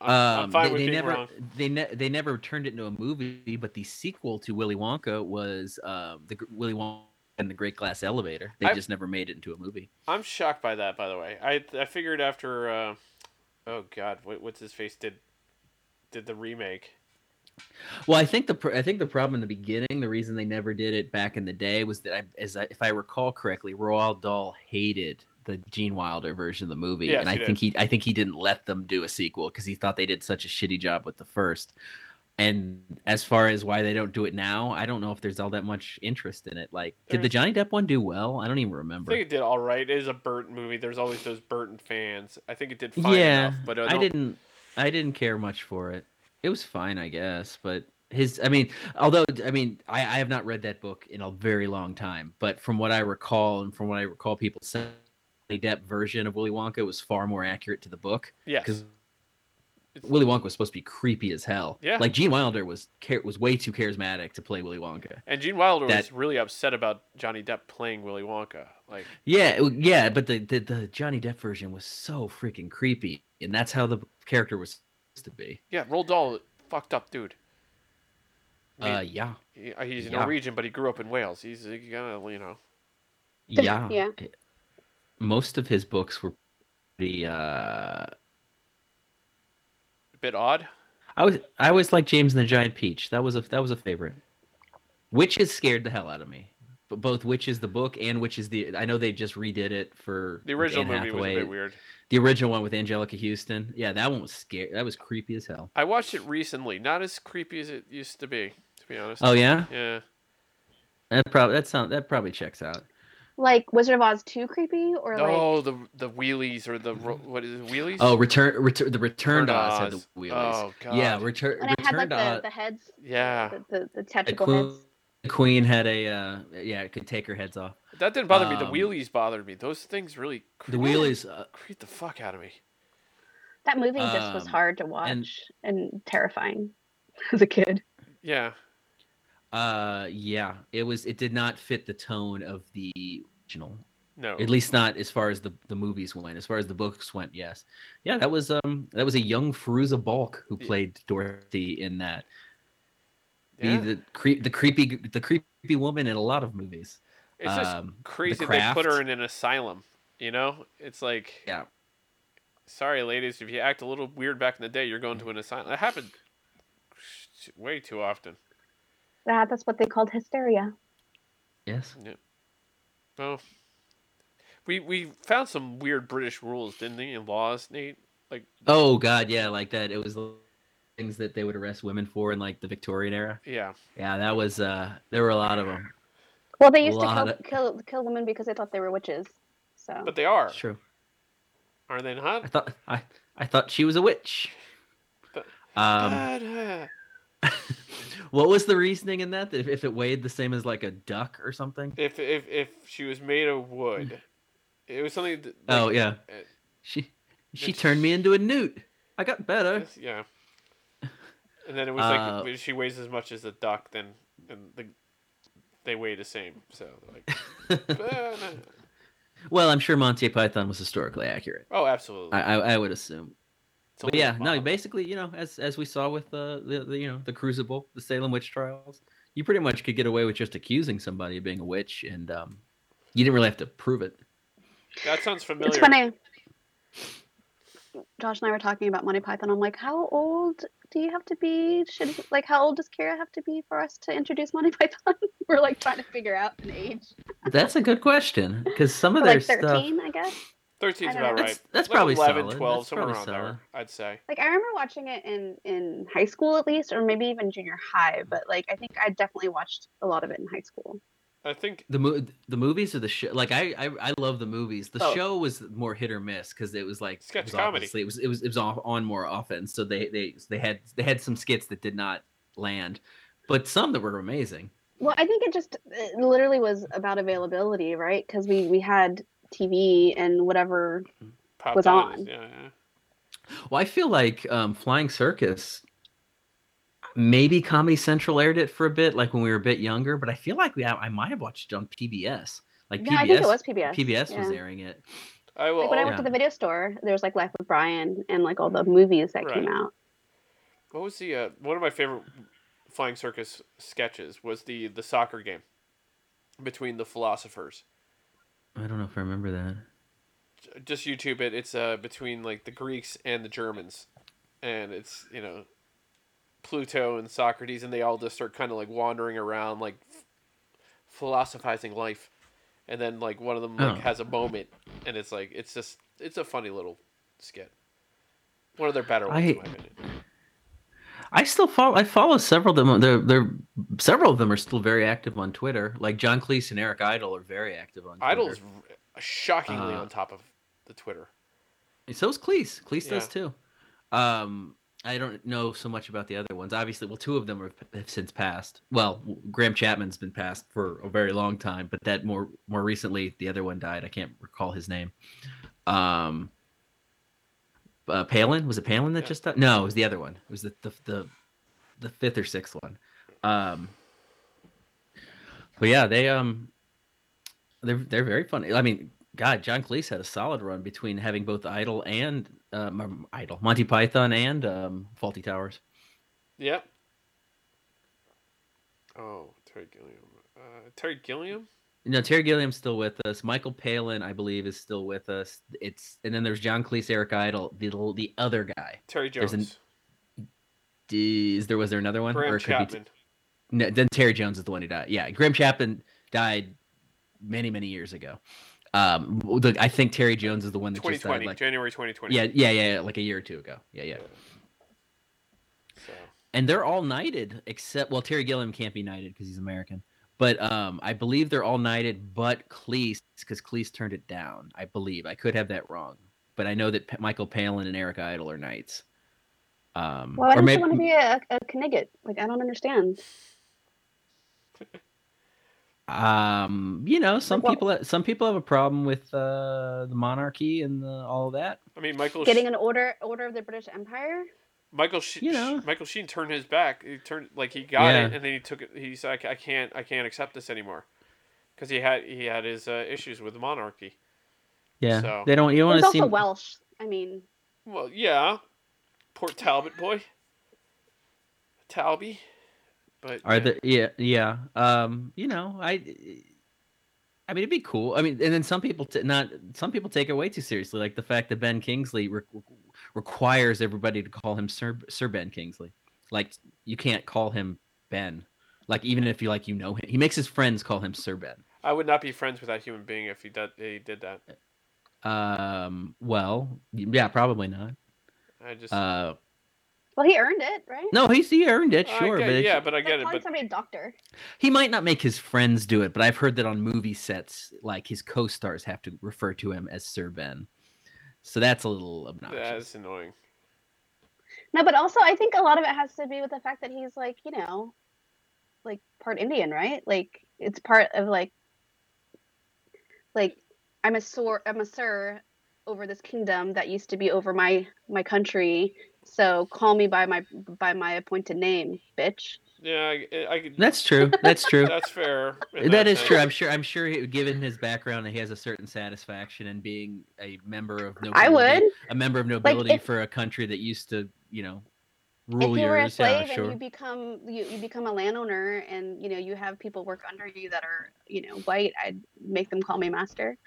Speaker 1: I'm, I'm
Speaker 3: Um,
Speaker 1: fine
Speaker 3: they,
Speaker 1: with
Speaker 3: they
Speaker 1: being
Speaker 3: never,
Speaker 1: wrong.
Speaker 3: They ne- they never turned it into a movie, but the sequel to Willy Wonka was um, the Gr- Willy Wonka and the Great Glass Elevator. They
Speaker 1: I-
Speaker 3: just never made it into a movie.
Speaker 1: I'm shocked by that, by the way. I I figured after, uh, oh God, what, what's his face did did the remake?
Speaker 3: Well, I think the pr- I think the problem in the beginning, the reason they never did it back in the day, was that I, as I, if I recall correctly, Roald Dahl hated the Gene Wilder version of the movie,
Speaker 1: Yes,
Speaker 3: and
Speaker 1: he
Speaker 3: I
Speaker 1: did.
Speaker 3: think he I think he didn't let them do a sequel because he thought they did such a shitty job with the first. And as far as why they don't do it now, I don't know if there's all that much interest in it. Like, did the
Speaker 1: There's-
Speaker 3: Johnny Depp one do well? I don't even
Speaker 1: I think
Speaker 3: remember.
Speaker 1: it did all right. It is a Burton movie. There's always those Burton fans. I think it did fine
Speaker 3: Yeah,
Speaker 1: enough, but I,
Speaker 3: I
Speaker 1: don't-
Speaker 3: didn't I didn't care much for it. It was fine, I guess, but his I mean, although I mean, I, I have not read that book in a very long time, but from what I recall and from what I recall people saying the Depp version of Willy Wonka was far more accurate to the book
Speaker 1: Yes,
Speaker 3: because Willy Wonka was supposed to be creepy as hell.
Speaker 1: Yeah.
Speaker 3: like Gene Wilder was char- was way too charismatic to play Willy Wonka.
Speaker 1: and Gene Wilder
Speaker 3: that-
Speaker 1: was really upset about Johnny Depp playing Willy Wonka. Like,
Speaker 3: Yeah, it w- yeah, but the, the the Johnny Depp version was so freaking creepy, and that's how the character was supposed to be.
Speaker 1: yeah, Roald Dahl, fucked up dude. I
Speaker 3: Uh,
Speaker 1: mean,
Speaker 3: yeah.
Speaker 1: he- he's
Speaker 3: yeah.
Speaker 1: Norwegian, but he grew up in Wales. He's he gotta, you know.
Speaker 3: yeah
Speaker 2: Yeah.
Speaker 3: it- most of his books were pretty uh
Speaker 1: a bit odd.
Speaker 3: i was i always liked james and the giant peach that was a that was a favorite witches scared the hell out of me but both witches the book and witches the i know they just redid it for
Speaker 1: The
Speaker 3: with
Speaker 1: original
Speaker 3: Anne
Speaker 1: movie was a
Speaker 3: Hathaway.
Speaker 1: bit weird.
Speaker 3: the original one with angelica houston yeah that one was scary that was creepy as hell
Speaker 1: I watched it recently. Not as creepy as it used to be, to be honest.
Speaker 3: oh yeah
Speaker 1: Yeah.
Speaker 3: that probably that sound that probably checks out
Speaker 2: Like Wizard of Oz too creepy or like
Speaker 1: Oh, the the wheelies or the ro- what is it, wheelies?
Speaker 3: oh return return the return
Speaker 1: Return
Speaker 3: to
Speaker 1: to
Speaker 3: oz had the
Speaker 1: Oz.
Speaker 3: wheelies
Speaker 1: Oh,
Speaker 3: yeah
Speaker 1: God.
Speaker 3: return
Speaker 2: and it had
Speaker 3: return
Speaker 2: like
Speaker 3: to
Speaker 2: the,
Speaker 3: oz
Speaker 2: the heads,
Speaker 1: yeah.
Speaker 2: the, the, the
Speaker 3: the
Speaker 2: tactical
Speaker 3: queen,
Speaker 2: heads.
Speaker 3: the queen had a uh, yeah it could take her heads off
Speaker 1: That didn't bother me. The
Speaker 3: Um,
Speaker 1: wheelies bothered me. Those things really cre-
Speaker 3: the wheelies uh,
Speaker 1: creep the fuck out of me.
Speaker 2: That movie just was
Speaker 3: Um,
Speaker 2: hard to watch
Speaker 3: and-
Speaker 2: and, terrifying as a kid.
Speaker 1: Yeah.
Speaker 3: uh yeah it was it did not fit the tone of the original
Speaker 1: No.
Speaker 3: At least not as far as the, the movies went. As far as the books went, yes. Yeah, that was um that was a young Feruza Balk who
Speaker 1: Yeah.
Speaker 3: played Dorothy in that.
Speaker 1: Yeah.
Speaker 3: The the, cre- the creepy the creepy woman in a lot of movies.
Speaker 1: it's just
Speaker 3: um,
Speaker 1: crazy
Speaker 3: The
Speaker 1: they put her
Speaker 3: Craft.
Speaker 1: in an asylum. You know, it's like
Speaker 3: Yeah.
Speaker 1: Sorry, ladies, if you act a little weird back in the day, you're going to an asylum. That happened way too often.
Speaker 2: That, that's what they called hysteria.
Speaker 3: Yes.
Speaker 1: Well, we we found some weird British rules, didn't we, and laws, Nate?
Speaker 3: Oh God, yeah, like that. It was the things that they would arrest women for in like the Victorian era.
Speaker 1: Yeah,
Speaker 3: Yeah, that was. uh There were a lot of them.
Speaker 2: Well, they used to
Speaker 3: Lot
Speaker 2: kill,
Speaker 3: of-
Speaker 2: kill kill women because they thought they were witches. So
Speaker 1: but they are,
Speaker 3: It's true.
Speaker 1: are they not?
Speaker 3: I thought I I thought she was a witch. Um,
Speaker 1: God, uh,
Speaker 3: what was the reasoning in that? That If, if it weighed the same as like a duck or something?
Speaker 1: if if if she was made of wood, it was something. That,
Speaker 3: Oh
Speaker 1: like,
Speaker 3: yeah,
Speaker 1: uh,
Speaker 3: she she
Speaker 1: it's-
Speaker 3: turned me into a newt. I got better.
Speaker 1: this- yeah. And then it was like
Speaker 3: Uh,
Speaker 1: if she weighs as much as a duck, then and the they weigh the same. So like, uh, no.
Speaker 3: well, I'm sure Monty Python was historically accurate.
Speaker 1: oh, absolutely.
Speaker 3: I I, I would assume.
Speaker 1: It's
Speaker 3: But
Speaker 1: only
Speaker 3: yeah, no,
Speaker 1: mom.
Speaker 3: basically, you know, as as we saw with uh, the, the you know the Crucible, the Salem witch trials, you pretty much could get away with just accusing somebody of being a witch, and um, you didn't really have to prove it.
Speaker 1: that sounds familiar.
Speaker 2: it's funny. Josh and I were talking about Monty Python. I'm like, how old do you have to be? Should like, how old does Kira have to be for us to introduce Monty Python? we're like trying to figure out an age.
Speaker 3: That's a good question because some of
Speaker 2: We're,
Speaker 3: their
Speaker 2: like
Speaker 3: stuff.
Speaker 2: 13, I guess.
Speaker 1: Thirteen's
Speaker 2: I don't
Speaker 1: about
Speaker 2: know.
Speaker 1: right.
Speaker 3: That's- that's
Speaker 1: Like
Speaker 3: probably
Speaker 1: 11,
Speaker 3: solid.
Speaker 1: 12,
Speaker 3: That's
Speaker 1: somewhere
Speaker 3: probably
Speaker 1: around
Speaker 3: solid.
Speaker 1: there. I'd say.
Speaker 2: Like I remember watching it in in high school at least, or maybe even junior high. But like, I think I definitely watched a lot of it in high school.
Speaker 1: I think
Speaker 3: The, mo- the movies or the show like I, I I love the movies the
Speaker 2: Both.
Speaker 3: show was more hit or miss because it was like
Speaker 1: Oh. Sketch
Speaker 3: it was
Speaker 1: comedy.
Speaker 3: obviously- it was it was it was off, on more often so they they they had they had some skits that did not land but some that were amazing
Speaker 2: Well, I think it just it literally was about availability, right? Because we we had TV and whatever.
Speaker 1: popped
Speaker 2: was
Speaker 1: on.
Speaker 2: on.
Speaker 1: Yeah, yeah.
Speaker 3: Well, I feel like um, Flying Circus. Maybe Comedy Central aired it for a bit, like when we were a bit younger. But I feel like we I, I might have watched it on PBS. Like PBS,
Speaker 2: yeah, I think it was PBS.
Speaker 3: PBS was
Speaker 2: yeah.
Speaker 3: airing it.
Speaker 1: I will.
Speaker 2: Like when I
Speaker 1: al-
Speaker 2: went to
Speaker 3: Yeah.
Speaker 2: the video store, there was like Life of Brian and like all the movies that came
Speaker 1: Right.
Speaker 2: out.
Speaker 1: What was the uh, one of my favorite Flying Circus sketches was the the soccer game between the philosophers.
Speaker 3: I don't know if I remember that.
Speaker 1: J- Just YouTube it. It's uh between like the Greeks and the Germans, and it's you know Pluto and Socrates, and they all just start kind of like wandering around like f- philosophizing life, and then like one of them like
Speaker 3: Oh.
Speaker 1: has a moment, and it's like it's just it's a funny little skit. One of their better ones,
Speaker 3: I-
Speaker 1: in my opinion.
Speaker 3: I still follow. I follow several of them. They're, they're several of them are still very active on Twitter. Like John Cleese and Eric Idle are very active on. Twitter.
Speaker 1: Idol's r- shockingly
Speaker 3: Uh,
Speaker 1: on top of the Twitter.
Speaker 3: So is Cleese. Cleese does
Speaker 1: Yeah.
Speaker 3: too. Um, I don't know so much about the other ones. Obviously, well, two of them have, have since passed. Well, Graham Chapman's been passed for a very long time, but that more more recently, the other one died. I can't recall his name. Um, uh, Palin was it Palin that
Speaker 1: Yeah.
Speaker 3: just died? No, it was the other one. It was the the the, the fifth or sixth one. Um, but yeah, they um, they're they're very funny. I mean, God, John Cleese had a solid run between having both Idol and uh, m- Idol, Monty Python and um, Faulty Towers.
Speaker 1: Yep. Oh, Terry Gilliam. Uh, Terry Gilliam?
Speaker 3: No, Terry Gilliam's still with us. Michael Palin, I believe, is still with us. It's and then there's John Cleese, Eric Idle, the l- the other guy.
Speaker 1: Terry
Speaker 3: There's
Speaker 1: Jones.
Speaker 3: an- D- Is there was there another one?
Speaker 1: Graham
Speaker 3: it could be t-
Speaker 1: Chapman.
Speaker 3: no, then Terry Jones is the one who died. Yeah, Graham Chapman died many many years ago. Um, the, I think Terry Jones is the one that just died.
Speaker 1: 2020,
Speaker 3: Like,
Speaker 1: January 2020.
Speaker 3: yeah, yeah, yeah, yeah, like a year or two ago. Yeah, yeah.
Speaker 1: So,
Speaker 3: and they're all knighted except well Terry Gilliam can't be knighted because he's American. But um, I believe they're all knighted, but Cleese because Cleese turned it down. I believe I could have that wrong, but I know that P- Michael Palin and Eric Idle are knights. Um,
Speaker 1: Hmm.
Speaker 2: Why
Speaker 3: or
Speaker 2: didn't
Speaker 3: maybe
Speaker 2: you want to be a, a Knigget? Like I don't understand.
Speaker 3: um, you know, some
Speaker 2: Well-
Speaker 3: people some people have a problem with uh, the monarchy and the, all of that.
Speaker 1: I mean, Michael
Speaker 2: Getting an order order of the British Empire.
Speaker 1: Michael Sheen,
Speaker 3: you know.
Speaker 1: Michael Sheen turned his back. He turned like he got
Speaker 3: Yeah.
Speaker 1: it, and then he took it. He said, "I ca- "I can't, I can't accept this anymore." because he had he had his uh, issues with the monarchy.
Speaker 3: Yeah,
Speaker 1: So-
Speaker 3: they don't.
Speaker 2: Well,
Speaker 3: You want
Speaker 2: it's
Speaker 3: to
Speaker 2: also
Speaker 3: see
Speaker 2: Welsh. I mean,
Speaker 1: Well, yeah, Port Talbot boy, Talby. But
Speaker 3: Are
Speaker 1: yeah.
Speaker 3: the yeah yeah um you know I I mean it'd be cool I mean and then some people t- not some people take it way too seriously like the fact that Ben Kingsley re- requires everybody to call him Sir Sir Ben Kingsley like you can't call him Ben like even if you like you know him he makes his friends call him Sir Ben
Speaker 1: I would not be friends with that human being if he did he did that.
Speaker 3: um well yeah probably not
Speaker 1: I just
Speaker 3: uh
Speaker 2: well, he earned it, right?
Speaker 3: no he's he earned it
Speaker 1: I
Speaker 3: sure
Speaker 1: get-
Speaker 3: but it's-
Speaker 1: yeah, but I
Speaker 2: It's like
Speaker 1: get it.
Speaker 2: calling
Speaker 1: But
Speaker 2: somebody doctor.
Speaker 3: He might not make his friends do it, but I've heard that on movie sets, like his co-stars have to refer to him as Sir Ben. So that's a little obnoxious.
Speaker 1: that's annoying.
Speaker 2: No, but also I think a lot of it has to be with the fact that he's like, you know, like part Indian, right? Like it's part of like like I'm a sor I'm a sir over this kingdom that used to be over my my country. So call me by my by my appointed name, bitch.
Speaker 1: Yeah, I, I could.
Speaker 3: That's true. That's true.
Speaker 1: That's fair. in
Speaker 3: that is
Speaker 1: sense.
Speaker 3: true. I'm sure. I'm sure, he, given his background, he has a certain satisfaction in being a member of nobility.
Speaker 2: I would.
Speaker 3: a member of nobility
Speaker 2: if-
Speaker 3: for a country that used to, you know,
Speaker 2: If you
Speaker 3: rule
Speaker 2: were a
Speaker 3: yours. Yeah,
Speaker 2: slave and
Speaker 3: sure.
Speaker 2: you become you, you become a landowner and you know you have people work under you that are, you know, white, I'd make them call me master.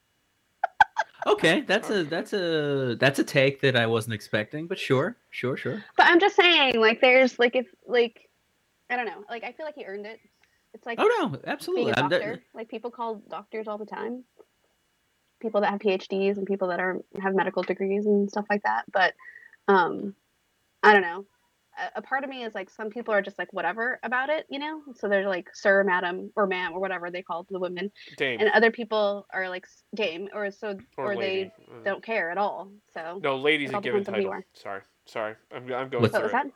Speaker 3: Okay, that's a that's a that's a take that I wasn't expecting, but sure, sure, sure.
Speaker 2: But I'm just saying, like, there's like if like I don't know, like I feel like he earned it. It's like
Speaker 3: Oh no,
Speaker 2: being
Speaker 3: absolutely.
Speaker 2: a
Speaker 3: I'm-
Speaker 2: doctor.
Speaker 3: that-
Speaker 2: Like people call doctors all the time. People that have PhDs and people that are have medical degrees and stuff like that. But um I don't know. A, a part of me is like some people are just like whatever about it, you know? So they're like sir, madam, or ma'am, or whatever they call the women.
Speaker 1: Dame
Speaker 2: And other people are like s- dame or so
Speaker 1: or,
Speaker 2: or they
Speaker 1: lady. Uh,
Speaker 2: don't care at all. So
Speaker 1: No, lady's
Speaker 2: It
Speaker 1: a
Speaker 2: all
Speaker 1: given
Speaker 2: depends on who you
Speaker 1: title. Sorry, sorry. I'm I'm going
Speaker 3: What-
Speaker 2: what
Speaker 1: through.
Speaker 2: was
Speaker 1: it.
Speaker 2: that?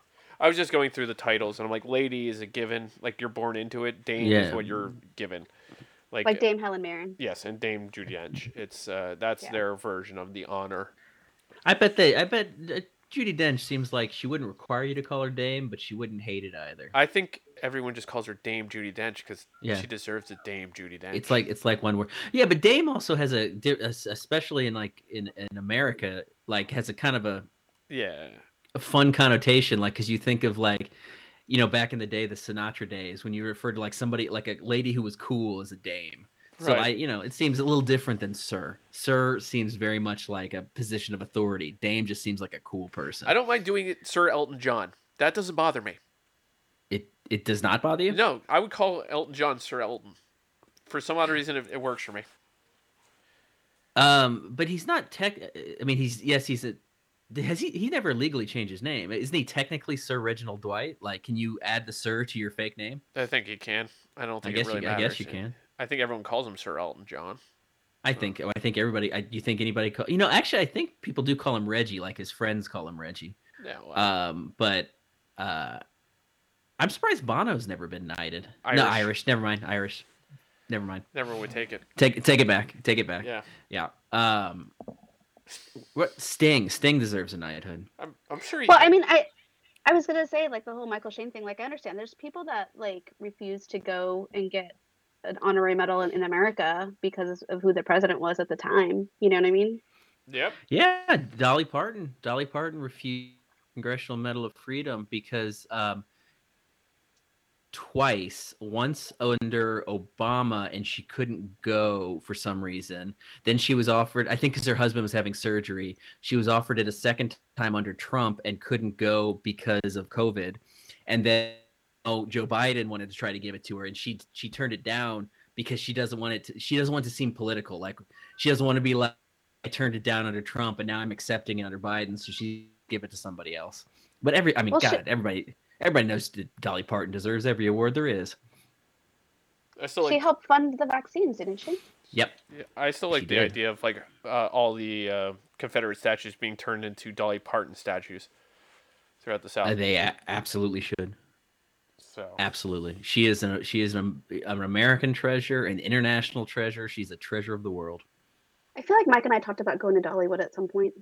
Speaker 1: I was just going through the titles, and I'm like, lady is a given. Like you're born into it. Dame is
Speaker 3: Yeah.
Speaker 1: what you're given. Like,
Speaker 2: Like Dame Helen Mirren.
Speaker 1: yes, and Dame Judy Dench. It's uh, that's
Speaker 2: Yeah.
Speaker 1: their version of the honor.
Speaker 3: I bet they. I bet uh, Judy Dench seems like she wouldn't require you to call her Dame, but she wouldn't hate it either.
Speaker 1: I think everyone just calls her Dame Judy Dench because
Speaker 3: Yeah.
Speaker 1: she deserves a Dame Judy Dench.
Speaker 3: It's like it's like one word. Yeah, but Dame also has a, di- es- especially in like in in America, like has a kind of a,
Speaker 1: yeah,
Speaker 3: a fun connotation, like because you think of like. You know, back in the day, the Sinatra days, when you referred to like somebody, like a lady who was cool as a dame. So I,
Speaker 1: right.
Speaker 3: you know, it seems a little different than sir. Sir seems very much like a position of authority. Dame just seems like a cool person.
Speaker 1: I, don't mind doing it, Sir Elton John. That doesn't bother me.
Speaker 3: It it does not bother you.
Speaker 1: No, I would call Elton John Sir Elton. For some odd reason, it, it works for me.
Speaker 3: Um, but he's not tech. uh, I mean, he's yes, he's a. Has he? He never legally changed his name. Isn't he technically Sir Reginald Dwight? Like, can you add the Sir to your fake name?
Speaker 1: I think you can. I don't
Speaker 3: I
Speaker 1: think
Speaker 3: guess
Speaker 1: it really
Speaker 3: you.
Speaker 1: matters.
Speaker 3: I guess you can.
Speaker 1: I think everyone calls him Sir Elton John.
Speaker 3: I think. oh, I think everybody. I, you think anybody? Call, you know, actually, I think people do call him Reggie. Like his friends call him Reggie.
Speaker 1: Yeah, well,
Speaker 3: Um, but uh, I'm surprised Bono's never been knighted. No,
Speaker 1: Irish.
Speaker 3: Irish. Never mind. Irish. Never mind.
Speaker 1: never would take it.
Speaker 3: Take take it back. Take it back.
Speaker 1: Yeah,
Speaker 3: Yeah. Um. What Sting? Sting deserves a knighthood.
Speaker 1: I'm, I'm sure. He,
Speaker 2: Well, I mean, I I was gonna say like the whole Michael Shane thing. Like, I understand there's people that like refuse to go and get an honorary medal in, in America because of who the president was at the time. You know what I mean?
Speaker 1: yep.
Speaker 3: Yeah, Dolly Parton. Dolly Parton refused Congressional Medal of Freedom because um, twice, once under Obama, and she couldn't go for some reason. Then she was offered, I think, because her husband was having surgery. She was offered it a second time under Trump and couldn't go because of COVID. And then oh, Joe Biden wanted to try to give it to her, and she she turned it down because she doesn't want it. To, she doesn't want it to seem political. Like she doesn't want to be like. I turned it down under Trump, and now I'm accepting it under Biden. So she give it to somebody else. But every, I mean,
Speaker 2: Well, she-
Speaker 3: God, everybody, everybody knows that Dolly Parton deserves every award there is.
Speaker 1: I still
Speaker 2: she
Speaker 1: like.
Speaker 2: helped fund the vaccines, didn't she?
Speaker 3: Yep.
Speaker 1: yeah, I still like
Speaker 3: She
Speaker 1: the
Speaker 3: did.
Speaker 1: idea of like uh, all the uh, Confederate statues being turned into Dolly Parton statues throughout the South.
Speaker 3: Uh, They a- absolutely should.
Speaker 1: so
Speaker 3: Absolutely. She is an she is an, an American treasure, an international treasure. She's a treasure of the world.
Speaker 2: I feel like Mike and I talked about going to Dollywood at some point.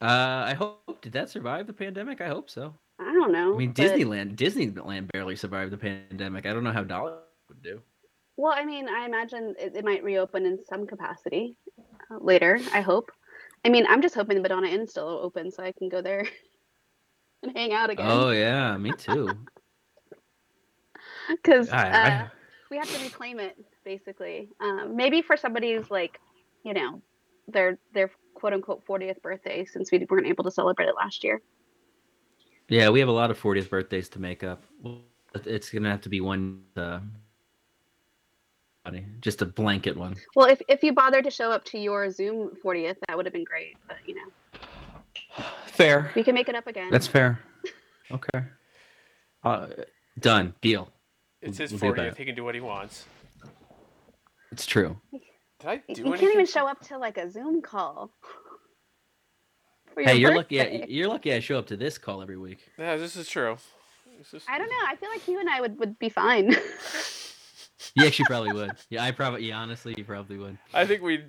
Speaker 3: Uh, I hope did that survive the pandemic? I hope so.
Speaker 2: I don't know.
Speaker 3: I mean,
Speaker 2: but-
Speaker 3: Disneyland Disneyland barely survived the pandemic. I don't know how Dolly would do.
Speaker 2: Well, I mean, I imagine it, it might reopen in some capacity uh, later. I hope. I mean, I'm just hoping the Madonna Inn's still open so I can go there and hang out again.
Speaker 3: Oh yeah, me too.
Speaker 2: Because
Speaker 3: I,
Speaker 2: uh,
Speaker 3: I,
Speaker 2: we have to reclaim it, basically. Um, maybe for somebody who's like, you know, their their quote unquote 40th birthday, since we weren't able to celebrate it last year.
Speaker 3: yeah, we have a lot of 40th birthdays to make up. Well, it- It's gonna have to be one, uh, funny, just a blanket one.
Speaker 2: Well, if if you bothered to show up to your Zoom 40th, that would have been great. But you know,
Speaker 3: Fair.
Speaker 2: we can make it up again.
Speaker 3: That's fair. Okay. Uh, done. Deal.
Speaker 1: It's
Speaker 3: We'll-
Speaker 1: his
Speaker 3: we'll do
Speaker 1: 40th.
Speaker 3: that.
Speaker 1: He can do what he wants.
Speaker 3: It's true.
Speaker 1: Did I do
Speaker 2: you
Speaker 1: anything?
Speaker 2: can't even show up to like a Zoom call. for your
Speaker 3: Hey, you're lucky.
Speaker 2: birthday.
Speaker 3: I, you're lucky. I show up to this call every week.
Speaker 1: Yeah, this is true. This is-
Speaker 2: I don't know. I feel like you and I would, would be fine.
Speaker 3: Yeah, she probably would. Yeah, I probably. Yeah, honestly, you probably would.
Speaker 1: I think we.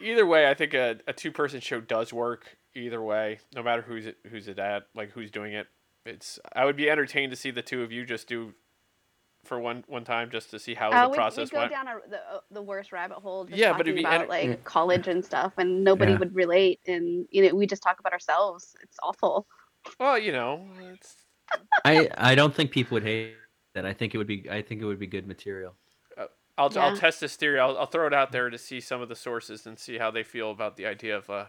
Speaker 1: Either way, I think a, a two person show does work. Either way, no matter who's it, who's it at, like who's doing it, it's. I would be entertained to see the two of you just do, for one one time, just to see how
Speaker 2: Uh,
Speaker 1: the
Speaker 2: we,
Speaker 1: process
Speaker 2: we'd go
Speaker 1: went.
Speaker 2: down a, the, uh, the worst rabbit hole just
Speaker 1: Yeah, but
Speaker 2: talking
Speaker 1: it'd be
Speaker 2: about
Speaker 1: enter-
Speaker 2: like college and stuff and nobody
Speaker 3: Mm. Yeah.
Speaker 2: would relate and you know we just talk about ourselves it's awful
Speaker 1: Well, you know, it's.
Speaker 3: I I don't think people would hate that. I think it would be. I think it would be good material.
Speaker 1: I'll, I'll
Speaker 2: Yeah.
Speaker 1: test this theory. I'll, I'll throw it out there to see some of the sources and see how they feel about the idea of. Uh,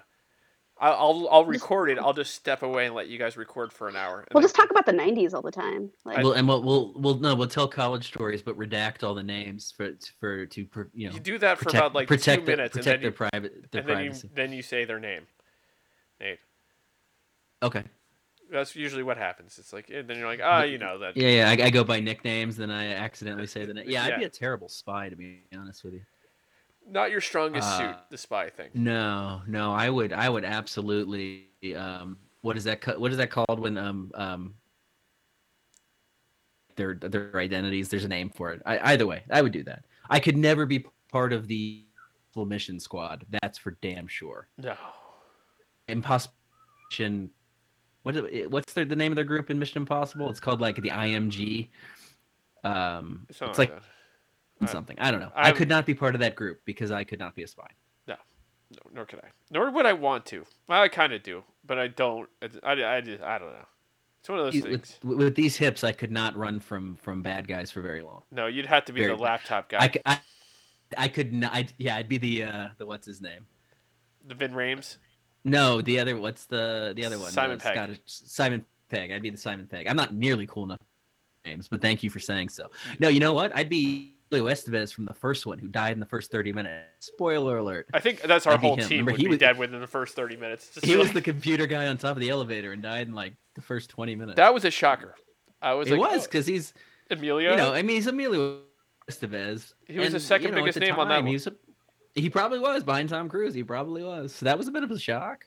Speaker 1: I'll, I'll I'll record it. I'll just step away and let you guys record for an hour. and
Speaker 2: we'll
Speaker 1: then-
Speaker 2: just talk about the 90s all the time like
Speaker 3: Well, and we'll we'll we'll no, we'll tell college stories, but redact all the names for for to pr- you know
Speaker 1: You do that for
Speaker 3: protect
Speaker 1: about like
Speaker 3: protect
Speaker 1: two
Speaker 3: the-
Speaker 1: minutes, and
Speaker 3: protect
Speaker 1: then
Speaker 3: their
Speaker 1: you,
Speaker 3: private their
Speaker 1: and then you,
Speaker 3: privacy.
Speaker 1: then you say their name. Nate.
Speaker 3: Okay.
Speaker 1: That's usually what happens. It's like and then you're like, ah, you know that.
Speaker 3: Yeah, yeah. I, I go by nicknames, then I accidentally say the name. Yeah, I'd
Speaker 1: Yeah.
Speaker 3: be a terrible spy to be honest with you.
Speaker 1: Not your strongest suit,
Speaker 3: Uh,
Speaker 1: the spy thing.
Speaker 3: No, no, I would, I would absolutely. Um, what is that? ca- What is that called when um um their their identities? There's a name for it. I, either way, I would do that. I could never be part of the full mission squad. That's for damn sure.
Speaker 1: No.
Speaker 3: Impossible. Mission- What is it, what's their, the name of their group in Mission Impossible? It's called like the IMG. Um,
Speaker 1: It's, not
Speaker 3: it's
Speaker 1: like
Speaker 3: like something. I don't know. I
Speaker 1: I'm-
Speaker 3: could not be part of that group because I could not be a spy.
Speaker 1: that. No, nor could I. Nor would I want to. Well, I kind of do, but I don't. It's, I, I just I don't know. It's one of those
Speaker 3: These-
Speaker 1: things.
Speaker 3: with, with these hips, I could not run from from bad guys for very long.
Speaker 1: No, you'd have to be the
Speaker 3: Very-
Speaker 1: laptop guy,
Speaker 3: I, c- I, I could not. I'd, yeah, I'd be the uh, the what's his name?
Speaker 1: the Vin Rames.
Speaker 3: No, the other. What's the the other one?
Speaker 1: Simon
Speaker 3: The
Speaker 1: Pegg.
Speaker 3: Scottish, Simon Pegg. I'd be the Simon Pegg. I'm not nearly cool enough for names, but thank you for saying so. No, you know what? I'd be Leo Estevez from the first one, who died in the first 30 minutes. Spoiler alert.
Speaker 1: I think that's our
Speaker 3: That'd be
Speaker 1: whole
Speaker 3: him.
Speaker 1: team
Speaker 3: Remember,
Speaker 1: would
Speaker 3: he
Speaker 1: be
Speaker 3: was-
Speaker 1: dead within the first thirty minutes. Just
Speaker 3: He was
Speaker 1: like-
Speaker 3: the computer guy on top of the elevator and died in like the first 20 minutes.
Speaker 1: that was a shocker. I was
Speaker 3: it
Speaker 1: like,
Speaker 3: was
Speaker 1: oh,
Speaker 3: because he's
Speaker 1: Emilio.
Speaker 3: You know, I mean, he's Emilio Estevez.
Speaker 1: He was the second
Speaker 3: at
Speaker 1: biggest
Speaker 3: the
Speaker 1: name on that one.
Speaker 3: he, was a- he probably was behind Tom Cruise. He probably was. So that was a bit of a shock.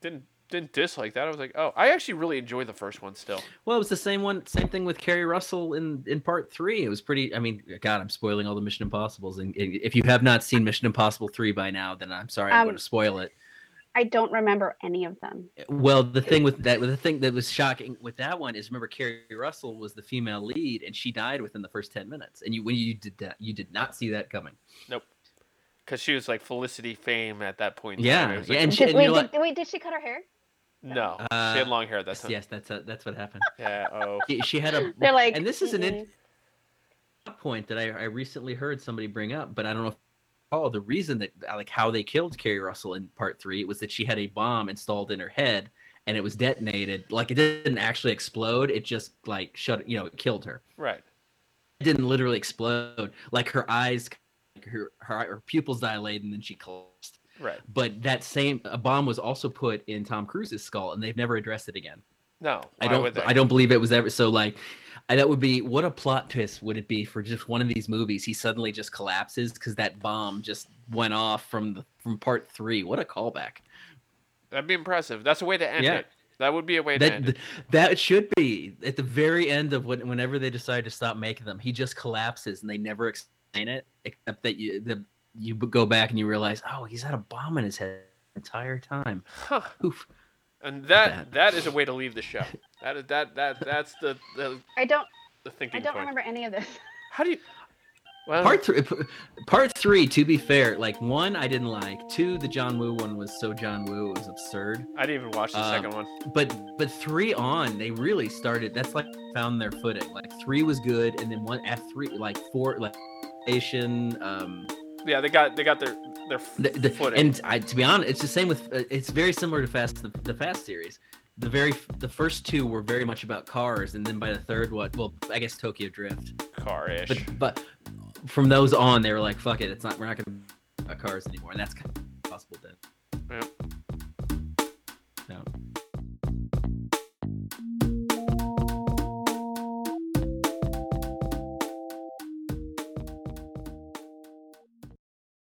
Speaker 1: didn't didn't dislike that. I was like, oh, I actually really enjoy the first one still.
Speaker 3: Well, it was the same one, same thing with Carrie Russell in in part three. It was pretty. I mean, God, I'm spoiling all the Mission Impossible's, and, and if you have not seen Mission Impossible three by now, then I'm sorry, I'm
Speaker 2: Um,
Speaker 3: going to spoil it.
Speaker 2: i don't remember any of them
Speaker 3: Well, the thing with that, the thing that was shocking with that one is remember Carrie Russell was the female lead, and she died within the first ten minutes, and you when you did that, you did not see that coming.
Speaker 1: because she was like Felicity Fame at that point. in time. It
Speaker 3: Yeah,
Speaker 1: was
Speaker 3: yeah,
Speaker 1: like,
Speaker 3: and, she,
Speaker 2: did,
Speaker 3: and
Speaker 2: wait,
Speaker 3: you're like,
Speaker 2: did, wait did she cut her hair
Speaker 1: no, she
Speaker 3: Uh,
Speaker 1: had long hair at that
Speaker 3: yes,
Speaker 1: time.
Speaker 3: yes, that's a, that's what happened.
Speaker 1: Yeah, oh,
Speaker 3: she, she had a
Speaker 2: they're like
Speaker 3: and this is an
Speaker 2: "Mm-mm."
Speaker 3: in- point that I, I recently heard somebody bring up but i don't know if oh the reason that like how they killed carrie russell in part three was that she had a bomb installed in her head and it was detonated like it didn't actually explode it just like shut you know it killed her
Speaker 1: right.
Speaker 3: it didn't literally explode like her eyes her her, her pupils dilated and then she collapsed
Speaker 1: Right.
Speaker 3: but that same a bomb was also put in tom cruise's skull and they've never addressed it again
Speaker 1: No,
Speaker 3: I
Speaker 1: why would
Speaker 3: don't.
Speaker 1: they?
Speaker 3: I don't believe it was ever. So like, I, that would be what a plot twist would it be for just one of these movies? He suddenly just collapses because that bomb just went off from the from part three. What a callback!
Speaker 1: That'd be impressive. That's a way to end
Speaker 3: Yeah.
Speaker 1: it. That would be a way to
Speaker 3: That
Speaker 1: end
Speaker 3: th- that should be at the very end of when, whenever they decide to stop making them. He just collapses and they never explain it except that you the you b- go back and you realize oh he's had a bomb in his head the entire time.
Speaker 1: it. Huh.
Speaker 3: Oof.
Speaker 1: And that
Speaker 3: That.
Speaker 1: that is a way to leave the show. That is that that that's the the,
Speaker 2: i don't
Speaker 1: the
Speaker 2: i
Speaker 1: thinking
Speaker 2: don't
Speaker 1: point.
Speaker 2: remember any of this
Speaker 1: How do you? Well,
Speaker 3: Part three, part three. To be fair, like one, I didn't like. Two, the John Woo one was so John Woo, it was absurd.
Speaker 1: I didn't even watch the
Speaker 3: Um,
Speaker 1: second one.
Speaker 3: But but three on, they really started. That's like found their footing. Like three was good, and then one F three, like four, like Asian. Um,
Speaker 1: Yeah, they got they got their their f-
Speaker 3: the, the,
Speaker 1: footing.
Speaker 3: and I, to be honest, it's the same with. uh, It's very similar to Fast the, the Fast series. The very f- the first two were very much about cars, and then by the third one, well, I guess Tokyo Drift.
Speaker 1: car-ish.
Speaker 3: But but from those on, they were like, "Fuck it, it's not. We're not gonna be about cars anymore." And that's kind of possible then.
Speaker 1: Yep.